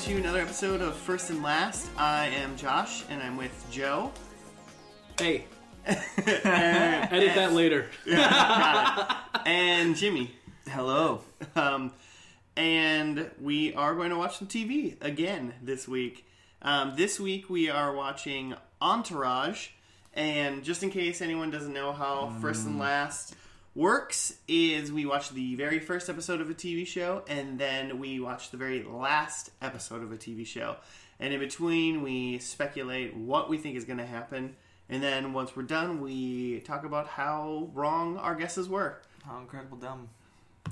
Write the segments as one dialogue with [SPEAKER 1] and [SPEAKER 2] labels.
[SPEAKER 1] to another episode of First and Last. I am Josh, and I'm with Joe.
[SPEAKER 2] Hey. Edit that later.
[SPEAKER 1] and Jimmy.
[SPEAKER 3] Hello.
[SPEAKER 1] Um, and we are going to watch some TV again this week. Um, this week we are watching Entourage. And just in case anyone doesn't know how First
[SPEAKER 3] Mm.
[SPEAKER 1] and Last works, is we watch the very first episode of a TV show, and then we watch the very last episode of a TV show. And in between, we speculate what we think is going to happen. And then once we're done, we talk about how wrong our guesses were.
[SPEAKER 3] How incredible dumb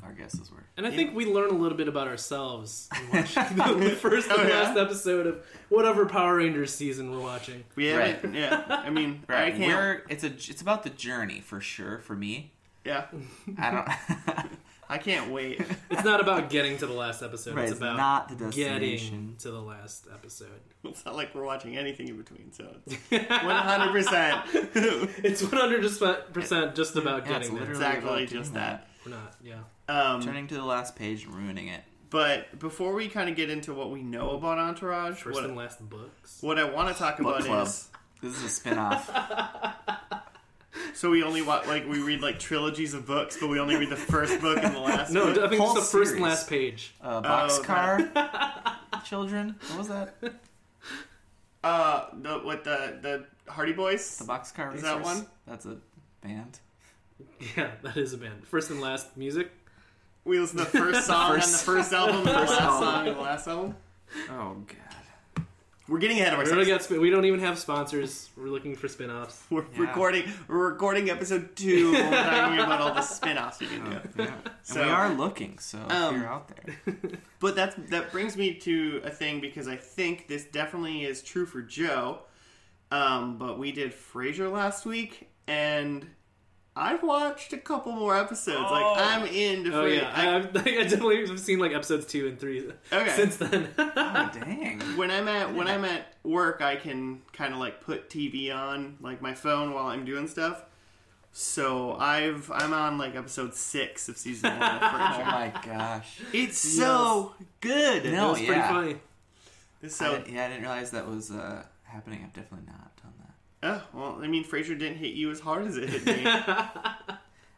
[SPEAKER 3] our guesses were.
[SPEAKER 2] And I think we learn a little bit about ourselves in watching the, the first and
[SPEAKER 1] Oh, yeah?
[SPEAKER 2] last episode of whatever Power Rangers season we're watching.
[SPEAKER 1] We
[SPEAKER 3] Right.
[SPEAKER 1] haven't. Yeah. I mean, I
[SPEAKER 3] Right.
[SPEAKER 1] can't.
[SPEAKER 3] We're, it's a it's about the journey for sure for me.
[SPEAKER 1] yeah.
[SPEAKER 3] I don't
[SPEAKER 1] I can't wait.
[SPEAKER 2] It's not about getting to the last episode.
[SPEAKER 3] Right,
[SPEAKER 2] it's
[SPEAKER 3] it's
[SPEAKER 2] about
[SPEAKER 3] not the
[SPEAKER 2] getting
[SPEAKER 3] destination.
[SPEAKER 2] to the last episode.
[SPEAKER 1] It's not like we're watching anything in between, so it's 100%
[SPEAKER 2] It's 100% just about
[SPEAKER 3] Yeah, it's
[SPEAKER 2] getting there.
[SPEAKER 3] literally-
[SPEAKER 1] exactly
[SPEAKER 3] about
[SPEAKER 1] just
[SPEAKER 3] doing
[SPEAKER 1] that.
[SPEAKER 3] that.
[SPEAKER 2] We're not, yeah.
[SPEAKER 1] Um,
[SPEAKER 3] Turning to the last page and ruining it.
[SPEAKER 1] but before we kind of get into what we know about Entourage,
[SPEAKER 2] First and
[SPEAKER 1] what,
[SPEAKER 2] last books.
[SPEAKER 1] what I want to talk
[SPEAKER 3] Book
[SPEAKER 1] about
[SPEAKER 3] club.
[SPEAKER 1] is
[SPEAKER 3] This is a spin-off. uh,
[SPEAKER 1] so we only watch, like, we read like trilogies of books, but we only read the first book and the last
[SPEAKER 2] No,
[SPEAKER 1] book.
[SPEAKER 2] I think it's
[SPEAKER 3] Whole
[SPEAKER 2] the first and
[SPEAKER 3] series.
[SPEAKER 2] last page.
[SPEAKER 3] Uh,
[SPEAKER 1] Oh,
[SPEAKER 3] boxcar children. What was that? The
[SPEAKER 1] Uh, the, what the, the Hardy Boys?
[SPEAKER 3] boxcar.
[SPEAKER 1] Is that
[SPEAKER 3] Racers?
[SPEAKER 1] one?
[SPEAKER 3] That's a band.
[SPEAKER 2] Yeah, that is a band. First and last music.
[SPEAKER 1] we listen to the first song on the
[SPEAKER 3] First-
[SPEAKER 1] first album and the
[SPEAKER 3] First
[SPEAKER 1] last
[SPEAKER 3] album.
[SPEAKER 1] song and the last album.
[SPEAKER 3] Oh god.
[SPEAKER 1] We're getting ahead of
[SPEAKER 2] We,
[SPEAKER 1] ourselves.
[SPEAKER 2] already got, spin- we don't even have sponsors. We're looking for spin offs.
[SPEAKER 1] We're
[SPEAKER 3] Yeah.
[SPEAKER 1] recording. We're recording episode two. We're talking about all the spin-offs we can do.
[SPEAKER 3] Oh, Yeah.
[SPEAKER 1] So-
[SPEAKER 3] and we are looking, so
[SPEAKER 1] Um,
[SPEAKER 3] if you're out there.
[SPEAKER 1] But that's that brings me to a thing because I think this definitely is true for Joe. Um, but we did Frasier last week, and I've watched a couple more episodes.
[SPEAKER 3] Oh.
[SPEAKER 1] Like I'm into
[SPEAKER 2] Oh,
[SPEAKER 1] Frasier.
[SPEAKER 2] yeah. I, I've, I definitely have seen like episodes two and three
[SPEAKER 1] Okay.
[SPEAKER 2] since then.
[SPEAKER 3] Oh dang.
[SPEAKER 1] when I'm at when I'm at work, I can kind of like put TV on like my phone while I'm doing stuff. So I've I'm on like episode six of season one of
[SPEAKER 3] Oh
[SPEAKER 1] Frasier.
[SPEAKER 3] my gosh.
[SPEAKER 1] It's so good.
[SPEAKER 2] it
[SPEAKER 3] No.
[SPEAKER 2] was pretty
[SPEAKER 3] yeah.
[SPEAKER 2] funny.
[SPEAKER 3] I
[SPEAKER 1] So
[SPEAKER 3] didn't- yeah, I didn't realize that was uh, happening. I've definitely not done that.
[SPEAKER 1] oh, well, I mean, Frasier didn't hit you as hard as it hit me.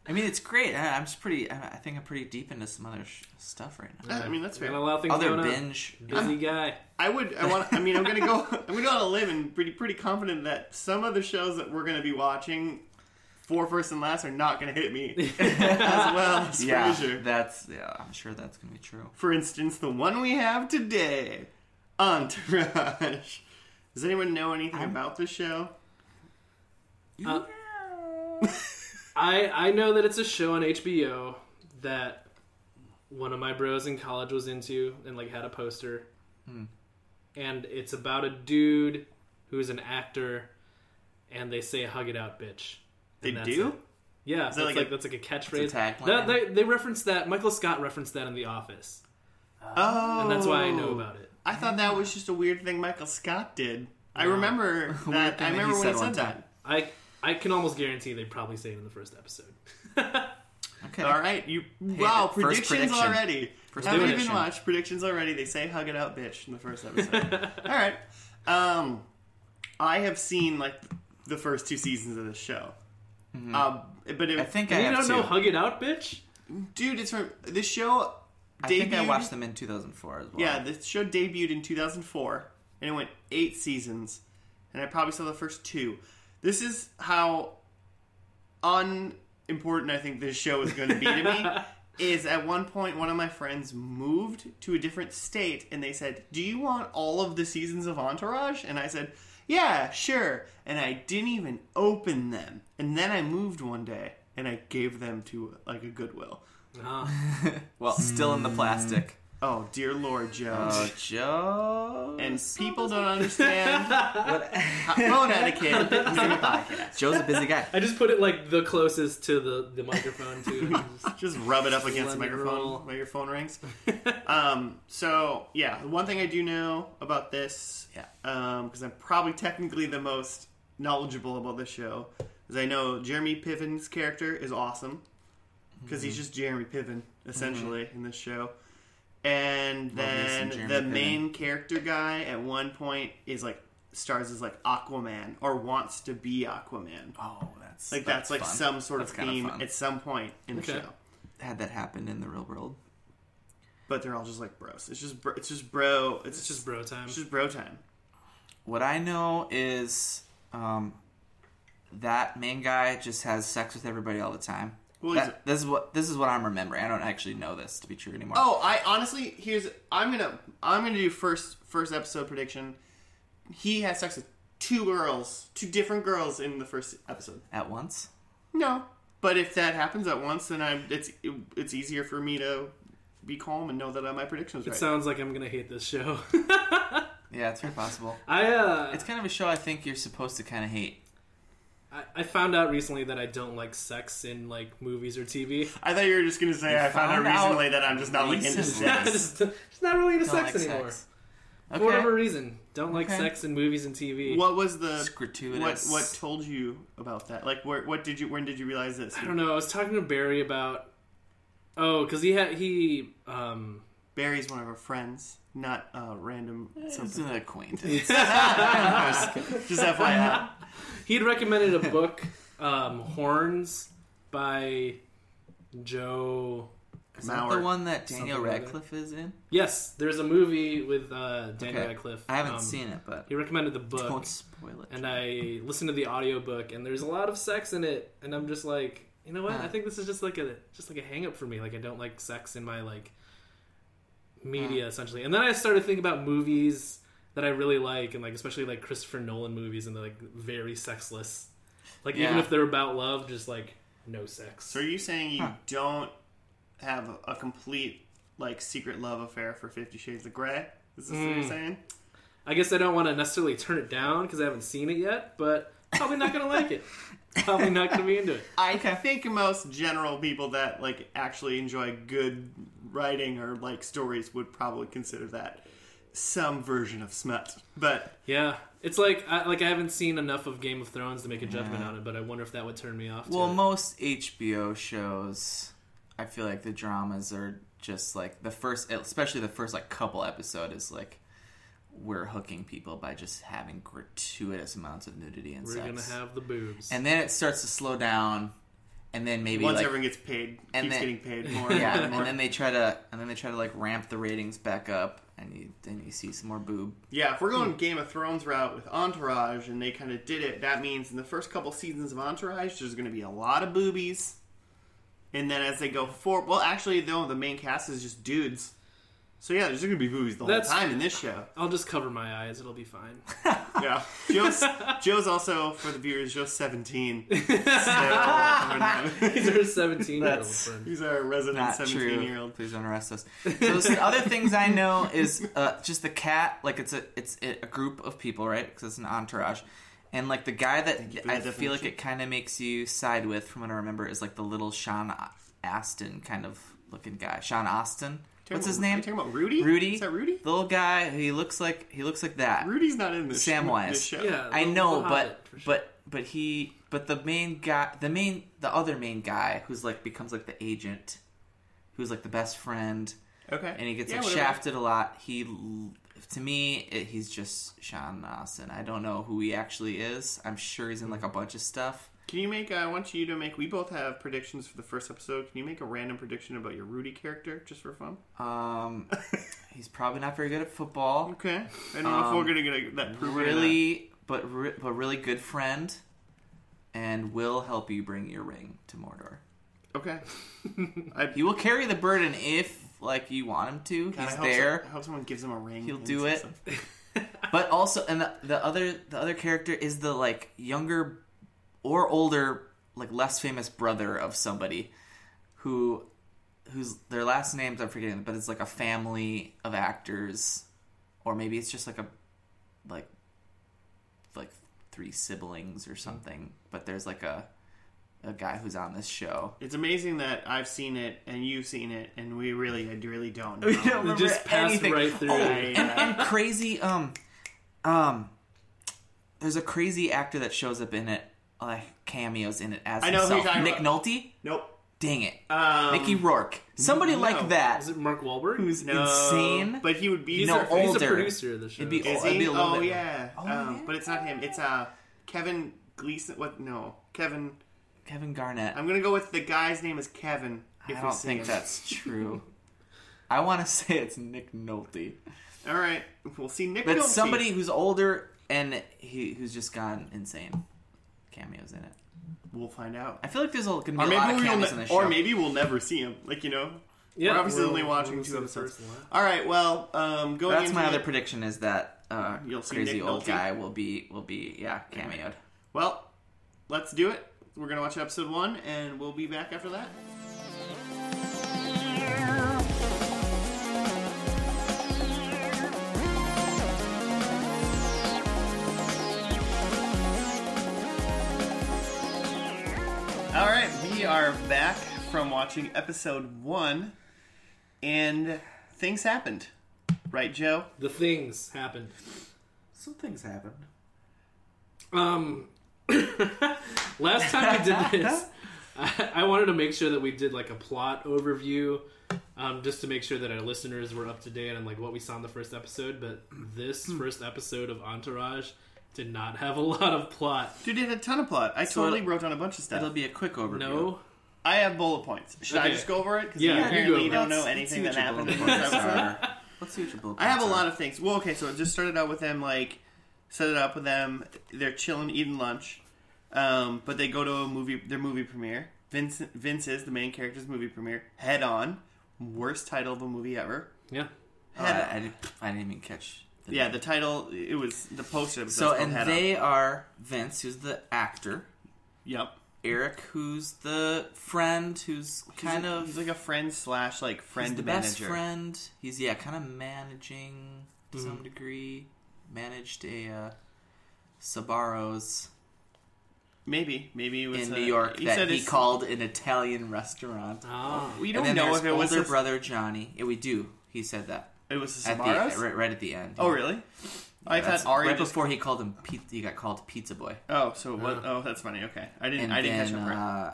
[SPEAKER 3] I mean, it's great. I, I'm just pretty. I, I think I'm pretty deep into some other sh- stuff right now.
[SPEAKER 1] I mean, that's
[SPEAKER 2] Got a
[SPEAKER 1] fair.
[SPEAKER 2] lot of things
[SPEAKER 3] Other
[SPEAKER 2] going
[SPEAKER 3] binge.
[SPEAKER 2] on. Busy guy.
[SPEAKER 1] I would. I want. I mean, I'm gonna go. I'm gonna go on a limb and pretty pretty confident that some of the shows that we're gonna be watching for first and last are not gonna hit me as well as
[SPEAKER 3] yeah,
[SPEAKER 1] Frasier.
[SPEAKER 3] that's. Yeah, I'm sure that's gonna be true.
[SPEAKER 1] For instance, the one we have today, Entourage. Does anyone know anything about this show?
[SPEAKER 2] Uh, I I know that it's a show on HBO that one of my bros in college was into and like had a poster.
[SPEAKER 3] Hmm.
[SPEAKER 2] And it's about a dude who's an actor and they say hug it out bitch.
[SPEAKER 1] They
[SPEAKER 2] And that's
[SPEAKER 1] do.
[SPEAKER 2] it. Yeah,
[SPEAKER 1] that
[SPEAKER 2] that's
[SPEAKER 1] like
[SPEAKER 2] like,
[SPEAKER 1] a-
[SPEAKER 2] that's like a catchphrase.
[SPEAKER 3] tagline?
[SPEAKER 2] That- they, they referenced that Michael Scott referenced that in The Office.
[SPEAKER 3] Uh,
[SPEAKER 1] Oh,
[SPEAKER 2] And that's why I know about it.
[SPEAKER 1] I thought that was just a weird thing Michael Scott did. I remember that.
[SPEAKER 3] thing
[SPEAKER 1] I
[SPEAKER 3] that he
[SPEAKER 1] remember when
[SPEAKER 3] said
[SPEAKER 1] he
[SPEAKER 3] one
[SPEAKER 1] said
[SPEAKER 3] time.
[SPEAKER 1] that.
[SPEAKER 2] I I can almost guarantee they probably say it in the first episode.
[SPEAKER 3] Okay.
[SPEAKER 1] All right, you wow
[SPEAKER 3] first
[SPEAKER 1] predictions
[SPEAKER 3] prediction.
[SPEAKER 1] already.
[SPEAKER 3] First
[SPEAKER 1] Haven't even
[SPEAKER 3] prediction.
[SPEAKER 1] watched predictions already. They say "hug it out, bitch" in the first episode. All right, um, I have seen like the first two seasons of this show, um, but it,
[SPEAKER 3] Mm-hmm. I think I
[SPEAKER 2] you
[SPEAKER 3] have
[SPEAKER 2] don't
[SPEAKER 3] two.
[SPEAKER 2] know hug it out bitch?
[SPEAKER 1] dude, it's from this show.
[SPEAKER 3] I think I
[SPEAKER 1] debuted-
[SPEAKER 3] watched them in 2004 as well.
[SPEAKER 1] Yeah, the show debuted in 2004, and it went eight seasons, and I probably saw the first two. This is how unimportant I think this show is going to be to me. Is at one point one of my friends moved to a different state, and they said, "Do you want all of the seasons of Entourage?" And I said, "Yeah, sure." And I didn't even open them. And then I moved one day, and I gave them to like a Goodwill.
[SPEAKER 2] Uh,
[SPEAKER 3] Well, still in the plastic.
[SPEAKER 1] Oh dear Lord, Joe.
[SPEAKER 3] Oh, Joe.
[SPEAKER 1] and people don't understand phone etiquette is in a podcast.
[SPEAKER 3] Joe's a busy guy.
[SPEAKER 2] I just put it like the closest to the, the microphone too.
[SPEAKER 1] Just rub it up against the
[SPEAKER 2] Let it roll.
[SPEAKER 1] microphone while your phone rings. Um, so yeah, the one thing I do know about this,
[SPEAKER 3] Yeah.
[SPEAKER 1] because I'm probably technically the most knowledgeable about this show, is I know Jeremy Piven's character is awesome because he's just Jeremy Piven essentially in this show, and then
[SPEAKER 3] Jeremy
[SPEAKER 1] the
[SPEAKER 3] Piven.
[SPEAKER 1] main character guy at one point is like stars as like Aquaman or wants to be Aquaman.
[SPEAKER 3] Oh, that's
[SPEAKER 1] Like that's, like
[SPEAKER 3] fun.
[SPEAKER 1] some sort
[SPEAKER 3] That's
[SPEAKER 1] of
[SPEAKER 3] kinda
[SPEAKER 1] theme
[SPEAKER 3] fun.
[SPEAKER 1] at some point in
[SPEAKER 2] Okay.
[SPEAKER 1] the show.
[SPEAKER 3] had that happened in the real world.
[SPEAKER 1] But they're all just like bros. It's just bro, it's just bro. It's,
[SPEAKER 2] It's
[SPEAKER 1] just
[SPEAKER 2] just bro time.
[SPEAKER 1] it's just bro time.
[SPEAKER 3] What I know is um, that main guy just has sex with everybody all the time.
[SPEAKER 1] Well,
[SPEAKER 3] That-
[SPEAKER 1] he's-
[SPEAKER 3] this is what this is what I'm remembering. I don't actually know this to be true anymore.
[SPEAKER 1] Oh, I honestly here's I'm gonna I'm gonna do first first episode prediction. He has sex with two girls, two different girls in the first episode.
[SPEAKER 3] At once,
[SPEAKER 1] No, but if that happens at once, then I'm it's it's easier for me to be calm and know that uh, my prediction is
[SPEAKER 2] It
[SPEAKER 1] right.
[SPEAKER 2] sounds like I'm gonna hate this show.
[SPEAKER 3] yeah, it's very possible.
[SPEAKER 2] I uh,
[SPEAKER 3] It's kind of a show I think you're supposed to kind of hate.
[SPEAKER 2] I, I found out recently that I don't like sex in like movies or TV.
[SPEAKER 1] I thought you were just gonna say I found out
[SPEAKER 3] found out
[SPEAKER 1] recently that I'm just not like into
[SPEAKER 3] recently.
[SPEAKER 1] sex.
[SPEAKER 2] It's not really into
[SPEAKER 3] Don't
[SPEAKER 2] sex
[SPEAKER 3] like
[SPEAKER 2] anymore.
[SPEAKER 3] sex.
[SPEAKER 2] For
[SPEAKER 3] Okay,
[SPEAKER 2] whatever reason, don't like
[SPEAKER 3] Okay.
[SPEAKER 2] sex in movies and TV.
[SPEAKER 1] What was the
[SPEAKER 3] it's
[SPEAKER 1] what
[SPEAKER 3] gratuitous.
[SPEAKER 1] what told you about that? Like, where what did you when did you realize this?
[SPEAKER 2] I don't know. I was talking to Barry about oh, because he had he um
[SPEAKER 1] Barry's one of our friends, not uh, random.
[SPEAKER 3] It's
[SPEAKER 1] Something.
[SPEAKER 3] an acquaintance.
[SPEAKER 1] Just FYI.
[SPEAKER 2] he'd recommended a book, um, Horns by Joe.
[SPEAKER 3] Is that
[SPEAKER 1] Mauer.
[SPEAKER 3] the one that Daniel
[SPEAKER 2] Something like
[SPEAKER 3] Radcliffe is in?
[SPEAKER 2] Yes, there's a movie with uh, Daniel
[SPEAKER 3] Okay.
[SPEAKER 2] Radcliffe.
[SPEAKER 3] I haven't
[SPEAKER 2] Um,
[SPEAKER 3] seen it, but
[SPEAKER 2] He recommended the book.
[SPEAKER 3] don't spoil it.
[SPEAKER 2] and I listened to the audiobook and there's a lot of sex in it and I'm just like, you know what?
[SPEAKER 3] Huh.
[SPEAKER 2] I think this is just like a just like a hang up for me. Like I don't like sex in my like media essentially. And then I started thinking about movies that I really like and like especially like Christopher Nolan movies and they're like very sexless. Like even
[SPEAKER 3] Yeah.
[SPEAKER 2] if they're about love, just like no sex.
[SPEAKER 1] So are you saying you
[SPEAKER 3] Huh.
[SPEAKER 1] don't have a, a complete like secret love affair for Fifty Shades of Grey? Is this what you're
[SPEAKER 2] Mm.
[SPEAKER 1] saying?
[SPEAKER 2] I guess I don't want to necessarily turn it down because I haven't seen it yet, but probably not gonna like it. Probably not gonna be into it.
[SPEAKER 1] I think most general people that like actually enjoy good writing or like stories would probably consider that some version of smut. But
[SPEAKER 2] Yeah, it's like I, like I haven't seen enough of Game of Thrones to make a judgment on it, but I wonder if that would turn me off.
[SPEAKER 3] Well,
[SPEAKER 2] to it.
[SPEAKER 3] most HBO shows, I feel like the dramas are just like the first, especially the first like couple episode is like we're hooking people by just having gratuitous amounts of nudity and
[SPEAKER 2] we're
[SPEAKER 3] sex,
[SPEAKER 2] gonna have the boobs.
[SPEAKER 3] and then it starts to slow down, and then maybe
[SPEAKER 1] once
[SPEAKER 3] like
[SPEAKER 1] everyone gets paid,
[SPEAKER 3] and
[SPEAKER 1] keeps
[SPEAKER 3] then-
[SPEAKER 1] getting paid more.
[SPEAKER 3] yeah,
[SPEAKER 1] and,
[SPEAKER 3] and
[SPEAKER 1] more.
[SPEAKER 3] then they try to and then they try to like ramp the ratings back up, and you then you see some more boob.
[SPEAKER 1] yeah. If we're
[SPEAKER 3] Hmm.
[SPEAKER 1] going Game of Thrones route with Entourage, and they kind of did it, that means in the first couple seasons of Entourage, there's going to be a lot of boobies, and then as they go forward, well, actually, though, the main cast is just dudes. So yeah, there's going to be boobies the
[SPEAKER 2] That's-
[SPEAKER 1] whole time in this show.
[SPEAKER 2] I'll just cover my eyes; it'll be fine.
[SPEAKER 1] Yeah. Joe's, Joe's also, for the viewers, Joe's 17. So, we're not-
[SPEAKER 2] These are seventeen year old
[SPEAKER 3] That's-
[SPEAKER 2] friends.
[SPEAKER 1] he's our resident
[SPEAKER 3] Not
[SPEAKER 1] 17
[SPEAKER 3] true.
[SPEAKER 1] year old.
[SPEAKER 3] Please don't arrest us. So there's the other things I know is uh, just the cat. Like it's a it's a a group of people, right? Because it's an entourage, and like the guy that
[SPEAKER 1] for
[SPEAKER 3] I
[SPEAKER 1] the
[SPEAKER 3] feel like
[SPEAKER 1] definition.
[SPEAKER 3] it kind of makes you side with, from what I remember, is like the little Sean Astin kind of looking guy. Sean Austin. What's his
[SPEAKER 1] Are
[SPEAKER 3] name?
[SPEAKER 1] you talking about Rudy?
[SPEAKER 3] Rudy.
[SPEAKER 1] Is that Rudy?
[SPEAKER 3] The little guy. He looks like he looks like that.
[SPEAKER 1] Rudy's not in this,
[SPEAKER 3] Samwise.
[SPEAKER 1] this show.
[SPEAKER 2] Yeah,
[SPEAKER 3] I
[SPEAKER 2] the-
[SPEAKER 3] know,
[SPEAKER 2] the
[SPEAKER 3] but
[SPEAKER 2] Hobbit, for sure.
[SPEAKER 3] but but he but the main guy, the main the other main guy who's like becomes like the agent, who's like the best friend,
[SPEAKER 1] Okay.
[SPEAKER 3] and he gets
[SPEAKER 1] Yeah,
[SPEAKER 3] like
[SPEAKER 1] whatever.
[SPEAKER 3] shafted a lot. He l- to me it, he's just Sean Austin. I don't know who he actually is. I'm sure he's in like a
[SPEAKER 1] Mm-hmm.
[SPEAKER 3] bunch of stuff.
[SPEAKER 1] Can you make, uh, I want you to make, we both have predictions for the first episode. Can you make a random prediction about your Rudy character just for fun?
[SPEAKER 3] Um, he's probably not very good at football.
[SPEAKER 1] Okay. I don't know if we're going to get that proven. or not.
[SPEAKER 3] Um, Really, but re- but really good friend, and will help you bring your ring to Mordor.
[SPEAKER 1] Okay.
[SPEAKER 3] He will carry the burden if like you want him to.
[SPEAKER 1] God, I
[SPEAKER 3] he's
[SPEAKER 1] hope so-
[SPEAKER 3] there.
[SPEAKER 1] I hope someone gives him a ring.
[SPEAKER 3] He'll
[SPEAKER 1] and
[SPEAKER 3] do
[SPEAKER 1] says
[SPEAKER 3] it. but also, and the, the other the other character is the like younger or older, like less famous brother of somebody who whose their last names I'm forgetting, but it's like a family of actors, or maybe it's just like a like like three siblings or something. But there's like a a guy who's on this show.
[SPEAKER 1] It's amazing that I've seen it and you've seen it, and we really, I really don't.
[SPEAKER 3] We
[SPEAKER 1] know.
[SPEAKER 3] don't remember
[SPEAKER 2] just passed
[SPEAKER 3] anything.
[SPEAKER 2] right through
[SPEAKER 3] Oh,
[SPEAKER 2] it.
[SPEAKER 3] and, and crazy. Um, um, there's a crazy actor that shows up in it, like cameos in it as
[SPEAKER 1] I know who
[SPEAKER 3] himself.
[SPEAKER 1] you're talking
[SPEAKER 3] Nick
[SPEAKER 1] about.
[SPEAKER 3] Nolte.
[SPEAKER 1] Nope.
[SPEAKER 3] Dang it.
[SPEAKER 1] Um,
[SPEAKER 3] Mickey Rourke. Somebody like that
[SPEAKER 2] Is it Mark Wahlberg?
[SPEAKER 3] who's
[SPEAKER 1] no,
[SPEAKER 3] insane.
[SPEAKER 1] But he would be
[SPEAKER 2] he's,
[SPEAKER 3] no,
[SPEAKER 2] a, he's a
[SPEAKER 3] older.
[SPEAKER 2] producer of the show.
[SPEAKER 3] It'd be
[SPEAKER 1] Is
[SPEAKER 3] Oh, it'd
[SPEAKER 1] he?
[SPEAKER 3] be a little
[SPEAKER 1] oh,
[SPEAKER 3] bit-
[SPEAKER 1] yeah.
[SPEAKER 3] Oh,
[SPEAKER 1] um,
[SPEAKER 3] yeah.
[SPEAKER 1] But it's not him. It's uh, Kevin Gleason. What? No, Kevin.
[SPEAKER 3] Kevin Garnett.
[SPEAKER 1] I'm gonna go with the guy's name is Kevin. If
[SPEAKER 3] I
[SPEAKER 1] we
[SPEAKER 3] don't
[SPEAKER 1] see
[SPEAKER 3] think
[SPEAKER 1] him.
[SPEAKER 3] that's true. I want to say it's Nick Nolte.
[SPEAKER 1] All right, we'll see Nick.
[SPEAKER 3] But
[SPEAKER 1] Nolte.
[SPEAKER 3] somebody who's older and he, who's just gone insane. Cameos in it.
[SPEAKER 1] We'll find out.
[SPEAKER 3] I feel like there's a, gonna be
[SPEAKER 1] Or
[SPEAKER 3] a lot
[SPEAKER 1] maybe,
[SPEAKER 3] of
[SPEAKER 1] we'll
[SPEAKER 3] cameos in
[SPEAKER 1] ne-
[SPEAKER 3] this show.
[SPEAKER 1] or maybe we'll never see him. Like you know.
[SPEAKER 2] yeah,
[SPEAKER 1] We're obviously
[SPEAKER 2] we'll-
[SPEAKER 1] only watching
[SPEAKER 2] we'll
[SPEAKER 1] two
[SPEAKER 2] see the
[SPEAKER 1] episodes.
[SPEAKER 2] first one.
[SPEAKER 1] All right. Well, um, going.
[SPEAKER 3] That's
[SPEAKER 1] into
[SPEAKER 3] my
[SPEAKER 1] the-
[SPEAKER 3] other prediction is that uh,
[SPEAKER 1] You'll see
[SPEAKER 3] crazy
[SPEAKER 1] Nick
[SPEAKER 3] old
[SPEAKER 1] Nolte.
[SPEAKER 3] guy will be will be yeah cameoed.
[SPEAKER 1] Well, let's do it. We're gonna watch episode one, and we'll be back after that. All right, we are back from watching episode one, and things happened, right, Joe?
[SPEAKER 2] The things happened.
[SPEAKER 3] Some things happened.
[SPEAKER 2] Um, last time we did this, I, I wanted to make sure that we did like a plot overview, um, just to make sure that our listeners were up to date on like what we saw in the first episode. But this
[SPEAKER 1] Hmm.
[SPEAKER 2] first episode of Entourage did not have a lot of plot.
[SPEAKER 1] Dude, it had a ton of plot. I totally
[SPEAKER 3] it'll-
[SPEAKER 1] wrote down a bunch of stuff.
[SPEAKER 3] It'll be a quick overview.
[SPEAKER 2] No,
[SPEAKER 1] I have bullet points. Should I
[SPEAKER 2] Okay.
[SPEAKER 1] just go over it? Because
[SPEAKER 2] Yeah, you
[SPEAKER 1] you
[SPEAKER 2] go
[SPEAKER 1] apparently
[SPEAKER 2] over it.
[SPEAKER 1] don't know
[SPEAKER 3] Let's-
[SPEAKER 1] anything that
[SPEAKER 3] let's see what
[SPEAKER 1] happened
[SPEAKER 3] your
[SPEAKER 1] in
[SPEAKER 3] bullet
[SPEAKER 1] this
[SPEAKER 3] points
[SPEAKER 1] episode.
[SPEAKER 3] are. Let's see what your bullet
[SPEAKER 1] I have a
[SPEAKER 3] points
[SPEAKER 1] lot
[SPEAKER 3] are.
[SPEAKER 1] of things. Well, okay, so it just started out with them like set it up with them. They're chilling, eating lunch, um, but they go to a movie. Their movie premiere. Vince, Vince is the main character's movie premiere. Head on, worst title of a movie ever.
[SPEAKER 2] yeah,
[SPEAKER 3] Oh, I, I didn't, I didn't even catch. the-
[SPEAKER 1] Yeah, the title. It was the poster. episode
[SPEAKER 3] So
[SPEAKER 1] was called
[SPEAKER 3] and
[SPEAKER 1] Head On.
[SPEAKER 3] they are Vince, who's the actor.
[SPEAKER 1] Yep.
[SPEAKER 3] Eric, who's the friend, who's kind
[SPEAKER 1] He's like-
[SPEAKER 3] of
[SPEAKER 1] he's like a friend slash like friend
[SPEAKER 3] he's the
[SPEAKER 1] manager.
[SPEAKER 3] best friend. He's yeah, kind of managing to some
[SPEAKER 1] Hmm.
[SPEAKER 3] degree. Managed a uh, Sabaros
[SPEAKER 1] Maybe, maybe it was
[SPEAKER 3] in
[SPEAKER 1] a-
[SPEAKER 3] New York
[SPEAKER 1] He
[SPEAKER 3] that
[SPEAKER 1] said
[SPEAKER 3] he
[SPEAKER 1] it's-
[SPEAKER 3] called an Italian restaurant.
[SPEAKER 2] ah,
[SPEAKER 1] We
[SPEAKER 3] and
[SPEAKER 1] don't
[SPEAKER 3] then
[SPEAKER 1] know
[SPEAKER 3] there's
[SPEAKER 1] if it was
[SPEAKER 3] older
[SPEAKER 1] a,
[SPEAKER 3] brother Johnny. Yeah, we do. He said that
[SPEAKER 1] it was a
[SPEAKER 3] at the,
[SPEAKER 1] Sbarro's?
[SPEAKER 3] right, right at the end.
[SPEAKER 1] Oh, really? I
[SPEAKER 3] That's
[SPEAKER 1] thought Ari
[SPEAKER 3] right
[SPEAKER 1] just
[SPEAKER 3] before he called him. Pizza, he got called Pizza Boy,
[SPEAKER 1] Oh, so what? Oh, that's funny. Okay, I didn't.
[SPEAKER 3] and
[SPEAKER 1] I didn't
[SPEAKER 3] then
[SPEAKER 1] catch up. right.
[SPEAKER 3] uh,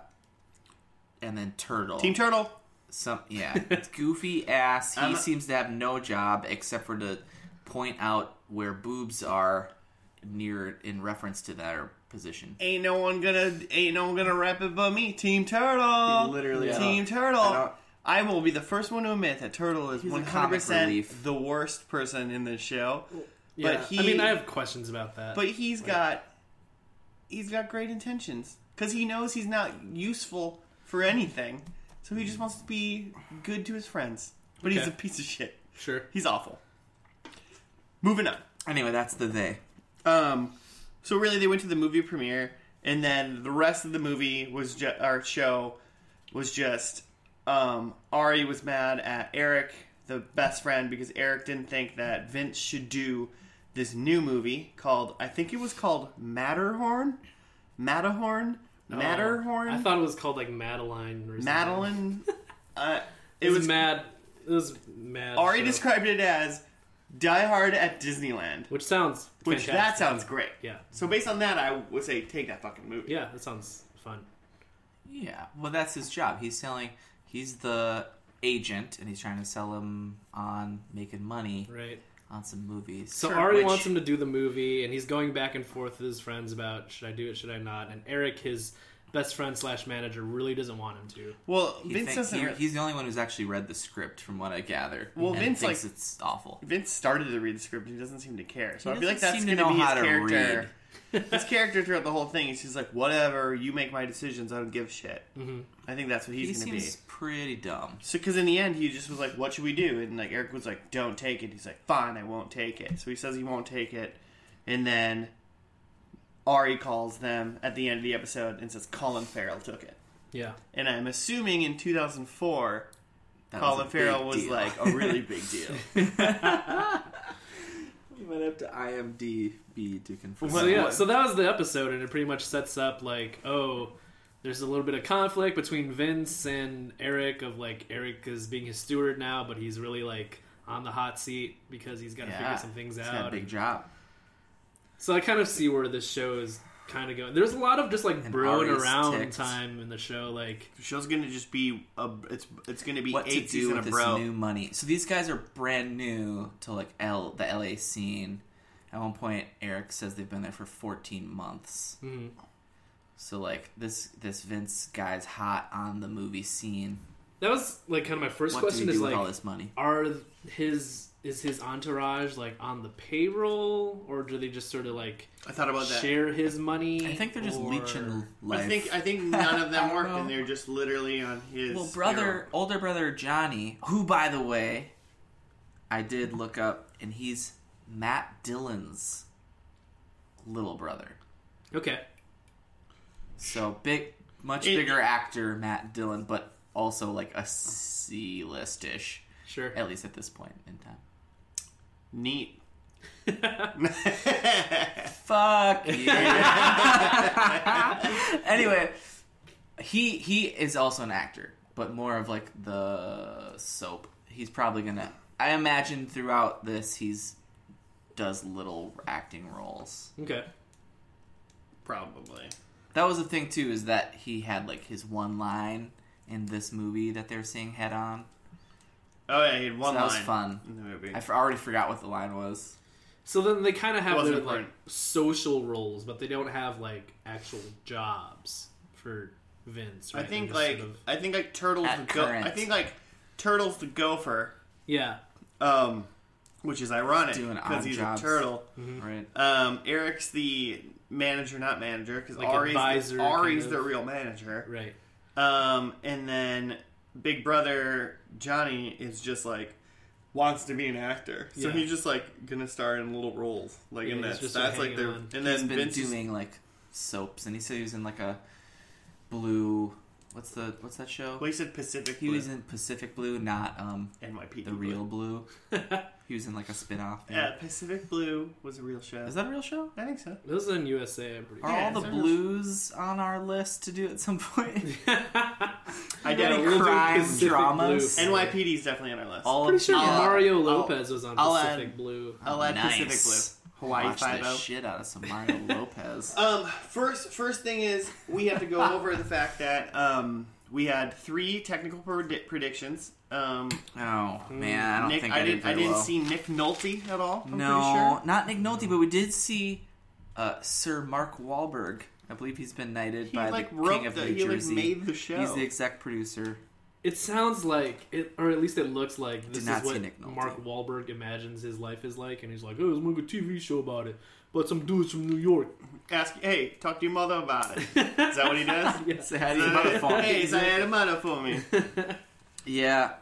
[SPEAKER 3] and then Turtle.
[SPEAKER 1] Team Turtle.
[SPEAKER 3] Some yeah, it's goofy ass. He
[SPEAKER 1] I'm-
[SPEAKER 3] seems to have no job except for to point out where boobs are near in reference to that or position.
[SPEAKER 1] Ain't no one gonna. Ain't no one gonna rap it but me. Team Turtle.
[SPEAKER 3] He literally-
[SPEAKER 1] Team
[SPEAKER 3] Yeah.
[SPEAKER 1] Turtle.
[SPEAKER 3] I
[SPEAKER 1] I,
[SPEAKER 3] don't-
[SPEAKER 1] will be the first one to admit that Turtle is
[SPEAKER 3] He's a
[SPEAKER 1] one
[SPEAKER 3] comic
[SPEAKER 1] hundred percent
[SPEAKER 3] relief.
[SPEAKER 1] the worst person in this show.
[SPEAKER 2] yeah.
[SPEAKER 1] But he.
[SPEAKER 2] I mean, I have questions about that.
[SPEAKER 1] But he's got. He's got great intentions because he knows he's not useful for anything, so he just
[SPEAKER 3] Mm.
[SPEAKER 1] wants to be good to his friends. But he's
[SPEAKER 2] Okay.
[SPEAKER 1] a piece of shit.
[SPEAKER 2] sure,
[SPEAKER 1] He's awful. Moving on.
[SPEAKER 3] Anyway, that's the they.
[SPEAKER 1] Um, so really, they went to the movie premiere, and then the rest of the movie was ju- our show was just um, Ari was mad at Eric, the best friend, because Eric didn't think that Vince should do this new movie called I think it was called Matterhorn, Matterhorn, Matterhorn,
[SPEAKER 2] Oh, I thought it was called like Madeline. Or something.
[SPEAKER 1] Madeline. uh, it
[SPEAKER 2] It
[SPEAKER 1] was
[SPEAKER 2] was mad. It was mad.
[SPEAKER 1] Ari
[SPEAKER 2] show,
[SPEAKER 1] described it as Die Hard at Disneyland,
[SPEAKER 2] which sounds
[SPEAKER 1] which that
[SPEAKER 2] fantastic.
[SPEAKER 1] sounds great.
[SPEAKER 2] yeah
[SPEAKER 1] So based on that, I would say take that fucking movie.
[SPEAKER 2] yeah that sounds fun.
[SPEAKER 3] Yeah, well, that's his job. He's selling. He's the agent, and he's trying to sell him on making money
[SPEAKER 2] Right.
[SPEAKER 3] on some movies.
[SPEAKER 2] So
[SPEAKER 1] Sure,
[SPEAKER 2] Ari
[SPEAKER 1] which-
[SPEAKER 2] wants him to do the movie, and he's going back and forth with his friends about should I do it, should I not? And Eric, his best friend slash manager, really doesn't want him to.
[SPEAKER 1] Well,
[SPEAKER 3] He
[SPEAKER 1] Vince
[SPEAKER 3] think-
[SPEAKER 1] doesn't.
[SPEAKER 3] he-
[SPEAKER 1] re-
[SPEAKER 3] he's the only one who's actually read the script, from what I gather.
[SPEAKER 1] Well,
[SPEAKER 3] and
[SPEAKER 1] Vince,
[SPEAKER 3] thinks
[SPEAKER 1] like-
[SPEAKER 3] it's awful.
[SPEAKER 1] Vince started to read the script. He doesn't seem to care. So
[SPEAKER 3] He
[SPEAKER 1] I feel like
[SPEAKER 3] doesn't
[SPEAKER 1] that's going
[SPEAKER 3] seem to
[SPEAKER 1] to
[SPEAKER 3] know
[SPEAKER 1] be his
[SPEAKER 3] how to
[SPEAKER 1] character. his character throughout the whole thing. He's just like, whatever. You make my decisions. I don't give a shit. Mm-hmm. I think that's what
[SPEAKER 3] He
[SPEAKER 1] he's going to be.
[SPEAKER 3] seems pretty dumb.
[SPEAKER 1] So, because in the end, he just was like, "What should we do?" And like Eric was like, "Don't take it." He's like, "Fine, I won't take it." So he says he won't take it, and then Ari calls them at the end of the episode and says, "Colin Farrell took it."
[SPEAKER 2] Yeah.
[SPEAKER 1] And I'm assuming in 2004,
[SPEAKER 3] That was a
[SPEAKER 1] Colin
[SPEAKER 3] big
[SPEAKER 1] Farrell was
[SPEAKER 3] deal.
[SPEAKER 1] like a really big deal.
[SPEAKER 3] You might have to IMDb to confirm.
[SPEAKER 2] So yeah, so that was the episode, and it pretty much sets up like, oh, there's a little bit of conflict between Vince and Eric of like Eric is being his steward now, but he's really like on the hot seat because he's got to figure some things
[SPEAKER 3] he's
[SPEAKER 2] out.
[SPEAKER 3] Got a big job.
[SPEAKER 2] So I kind of see where this show is kind of going. There's a lot of just like
[SPEAKER 3] And
[SPEAKER 2] broing
[SPEAKER 3] Ari's
[SPEAKER 2] around
[SPEAKER 3] ticked.
[SPEAKER 2] time in the show. Like
[SPEAKER 1] The show's gonna just be a, it's it's gonna be
[SPEAKER 3] what to
[SPEAKER 1] eight
[SPEAKER 3] do
[SPEAKER 1] season
[SPEAKER 3] with
[SPEAKER 1] of
[SPEAKER 3] this
[SPEAKER 1] bro.
[SPEAKER 3] new money. So these guys are brand new to like L the LA scene. At one point, Eric says they've been there for 14 months.
[SPEAKER 2] mhm.
[SPEAKER 3] So like this this Vince guy's hot on the movie scene.
[SPEAKER 2] that was like kind of my first
[SPEAKER 3] what do we
[SPEAKER 2] question
[SPEAKER 3] do
[SPEAKER 2] is
[SPEAKER 3] with
[SPEAKER 2] like,
[SPEAKER 3] all this money?
[SPEAKER 2] are his is his entourage like on the payroll or do they just sort of like
[SPEAKER 1] I thought about that.
[SPEAKER 2] share his money?
[SPEAKER 3] I think they're just
[SPEAKER 2] or-
[SPEAKER 3] leeching life.
[SPEAKER 1] I think I think none of
[SPEAKER 3] I
[SPEAKER 1] them
[SPEAKER 3] don't
[SPEAKER 1] worked,
[SPEAKER 3] know.
[SPEAKER 1] and they're just literally on his.
[SPEAKER 3] Well, brother,
[SPEAKER 1] payroll.
[SPEAKER 3] older brother Johnny, who by the way, I did look up, and he's Matt Dillon's little brother.
[SPEAKER 2] Okay,
[SPEAKER 3] So big, much
[SPEAKER 1] It-
[SPEAKER 3] bigger actor Matt Dillon, but also like a C list ish,
[SPEAKER 2] sure.
[SPEAKER 3] at least at this point in time.
[SPEAKER 1] Neat.
[SPEAKER 3] Fuck you. anyway, he he is also an actor, but more of like the soap. He's probably gonna. I imagine throughout this, he's does little acting roles.
[SPEAKER 2] okay.
[SPEAKER 1] Probably.
[SPEAKER 3] That was the thing too, is that he had like his one line in this movie that they were seeing head on.
[SPEAKER 1] Oh yeah, he had one
[SPEAKER 3] So that was
[SPEAKER 1] line
[SPEAKER 3] fun.
[SPEAKER 1] in the movie.
[SPEAKER 3] I f- already forgot what the line was.
[SPEAKER 2] So then they kind of have
[SPEAKER 1] Wasn't
[SPEAKER 2] their
[SPEAKER 1] a
[SPEAKER 2] like
[SPEAKER 1] print.
[SPEAKER 2] social roles, but they don't have like actual jobs for Vince.
[SPEAKER 1] I
[SPEAKER 2] Right?
[SPEAKER 1] think
[SPEAKER 2] They're just
[SPEAKER 1] like
[SPEAKER 2] sort of-
[SPEAKER 1] I think like turtles
[SPEAKER 3] At
[SPEAKER 1] the go-
[SPEAKER 3] current.
[SPEAKER 1] I think like turtles the gopher,
[SPEAKER 2] yeah,
[SPEAKER 1] um, which is ironic
[SPEAKER 3] Doing odd
[SPEAKER 1] because he's
[SPEAKER 3] jobs.
[SPEAKER 1] a turtle.
[SPEAKER 3] Right.
[SPEAKER 1] Um, Eric's the manager, not manager, because
[SPEAKER 2] Like
[SPEAKER 1] Ari's
[SPEAKER 2] advisor,
[SPEAKER 1] the,
[SPEAKER 2] kind
[SPEAKER 1] Ari's
[SPEAKER 2] of.
[SPEAKER 1] the real manager.
[SPEAKER 2] right.
[SPEAKER 1] Um, and then Big Brother Johnny is just like wants to be an actor, so
[SPEAKER 2] Yeah.
[SPEAKER 1] he's just like gonna star in little roles, like
[SPEAKER 2] Yeah,
[SPEAKER 1] in
[SPEAKER 2] he's
[SPEAKER 1] that.
[SPEAKER 2] just
[SPEAKER 1] That's
[SPEAKER 2] hanging
[SPEAKER 1] like their.
[SPEAKER 2] on.
[SPEAKER 1] And
[SPEAKER 3] He's
[SPEAKER 1] then
[SPEAKER 3] been
[SPEAKER 1] Vince is-
[SPEAKER 3] doing like soaps, and he said he was in like a blue. What's the what's that show?
[SPEAKER 1] well, he said Pacific.
[SPEAKER 3] He
[SPEAKER 1] Blue,
[SPEAKER 3] was in Pacific Blue, not um
[SPEAKER 1] NYPD
[SPEAKER 3] the
[SPEAKER 1] Blue.
[SPEAKER 3] real Blue. He was in like a spin-off. thing.
[SPEAKER 1] Yeah, Pacific Blue was a real show.
[SPEAKER 3] Is that a real show?
[SPEAKER 1] I think so.
[SPEAKER 2] This is in USA. I'm pretty
[SPEAKER 3] Are
[SPEAKER 2] sure.
[SPEAKER 1] Yeah,
[SPEAKER 3] all
[SPEAKER 1] it's
[SPEAKER 3] the
[SPEAKER 1] a real-
[SPEAKER 3] blues on our list to do at some point?
[SPEAKER 1] I
[SPEAKER 2] Yeah,
[SPEAKER 1] did.
[SPEAKER 3] Any
[SPEAKER 2] we'll do
[SPEAKER 3] crime
[SPEAKER 2] Pacific
[SPEAKER 3] dramas?
[SPEAKER 2] Blue.
[SPEAKER 1] NYPD is definitely on our list.
[SPEAKER 3] All
[SPEAKER 2] Pretty sure
[SPEAKER 3] of, all-
[SPEAKER 2] Mario
[SPEAKER 1] I'll-
[SPEAKER 2] Lopez was on
[SPEAKER 1] I'll
[SPEAKER 2] Pacific
[SPEAKER 1] add-
[SPEAKER 2] Blue.
[SPEAKER 1] I'll add
[SPEAKER 3] oh, nice.
[SPEAKER 1] Pacific Blue. Hawaii
[SPEAKER 3] Watch the
[SPEAKER 1] Five-O.
[SPEAKER 3] shit out of some Mario Lopez.
[SPEAKER 1] Um, first, first thing is we have to go over the fact that um, we had three technical pred- predictions. Um,
[SPEAKER 3] Oh man, I don't
[SPEAKER 1] mm, Nick,
[SPEAKER 3] think
[SPEAKER 1] I,
[SPEAKER 3] I,
[SPEAKER 1] didn't.
[SPEAKER 3] Did very
[SPEAKER 1] I didn't
[SPEAKER 3] well.
[SPEAKER 1] see Nick Nolte at all. I'm
[SPEAKER 3] no,
[SPEAKER 1] pretty sure.
[SPEAKER 3] not Nick Nolte, but we did see uh, Sir Mark Wahlberg. I believe he's been knighted
[SPEAKER 1] He
[SPEAKER 3] by
[SPEAKER 1] like
[SPEAKER 3] the
[SPEAKER 1] wrote
[SPEAKER 3] King of
[SPEAKER 1] the.
[SPEAKER 3] New
[SPEAKER 1] he
[SPEAKER 3] Jersey.
[SPEAKER 1] like made the show.
[SPEAKER 3] He's the exec producer.
[SPEAKER 2] It sounds like it, or at least it looks like this
[SPEAKER 3] not
[SPEAKER 2] is what
[SPEAKER 3] see Nick Nolte.
[SPEAKER 2] Mark Wahlberg imagines his life is like, and he's like, "Oh, let's make a TV show about it." But some dudes from New York.
[SPEAKER 1] Ask, hey, talk to your mother about it. Is that what he does?
[SPEAKER 3] Say hi to
[SPEAKER 1] Is
[SPEAKER 3] your
[SPEAKER 1] that-
[SPEAKER 3] mother phone.
[SPEAKER 1] Hey, is that a mother for me?
[SPEAKER 3] Yeah,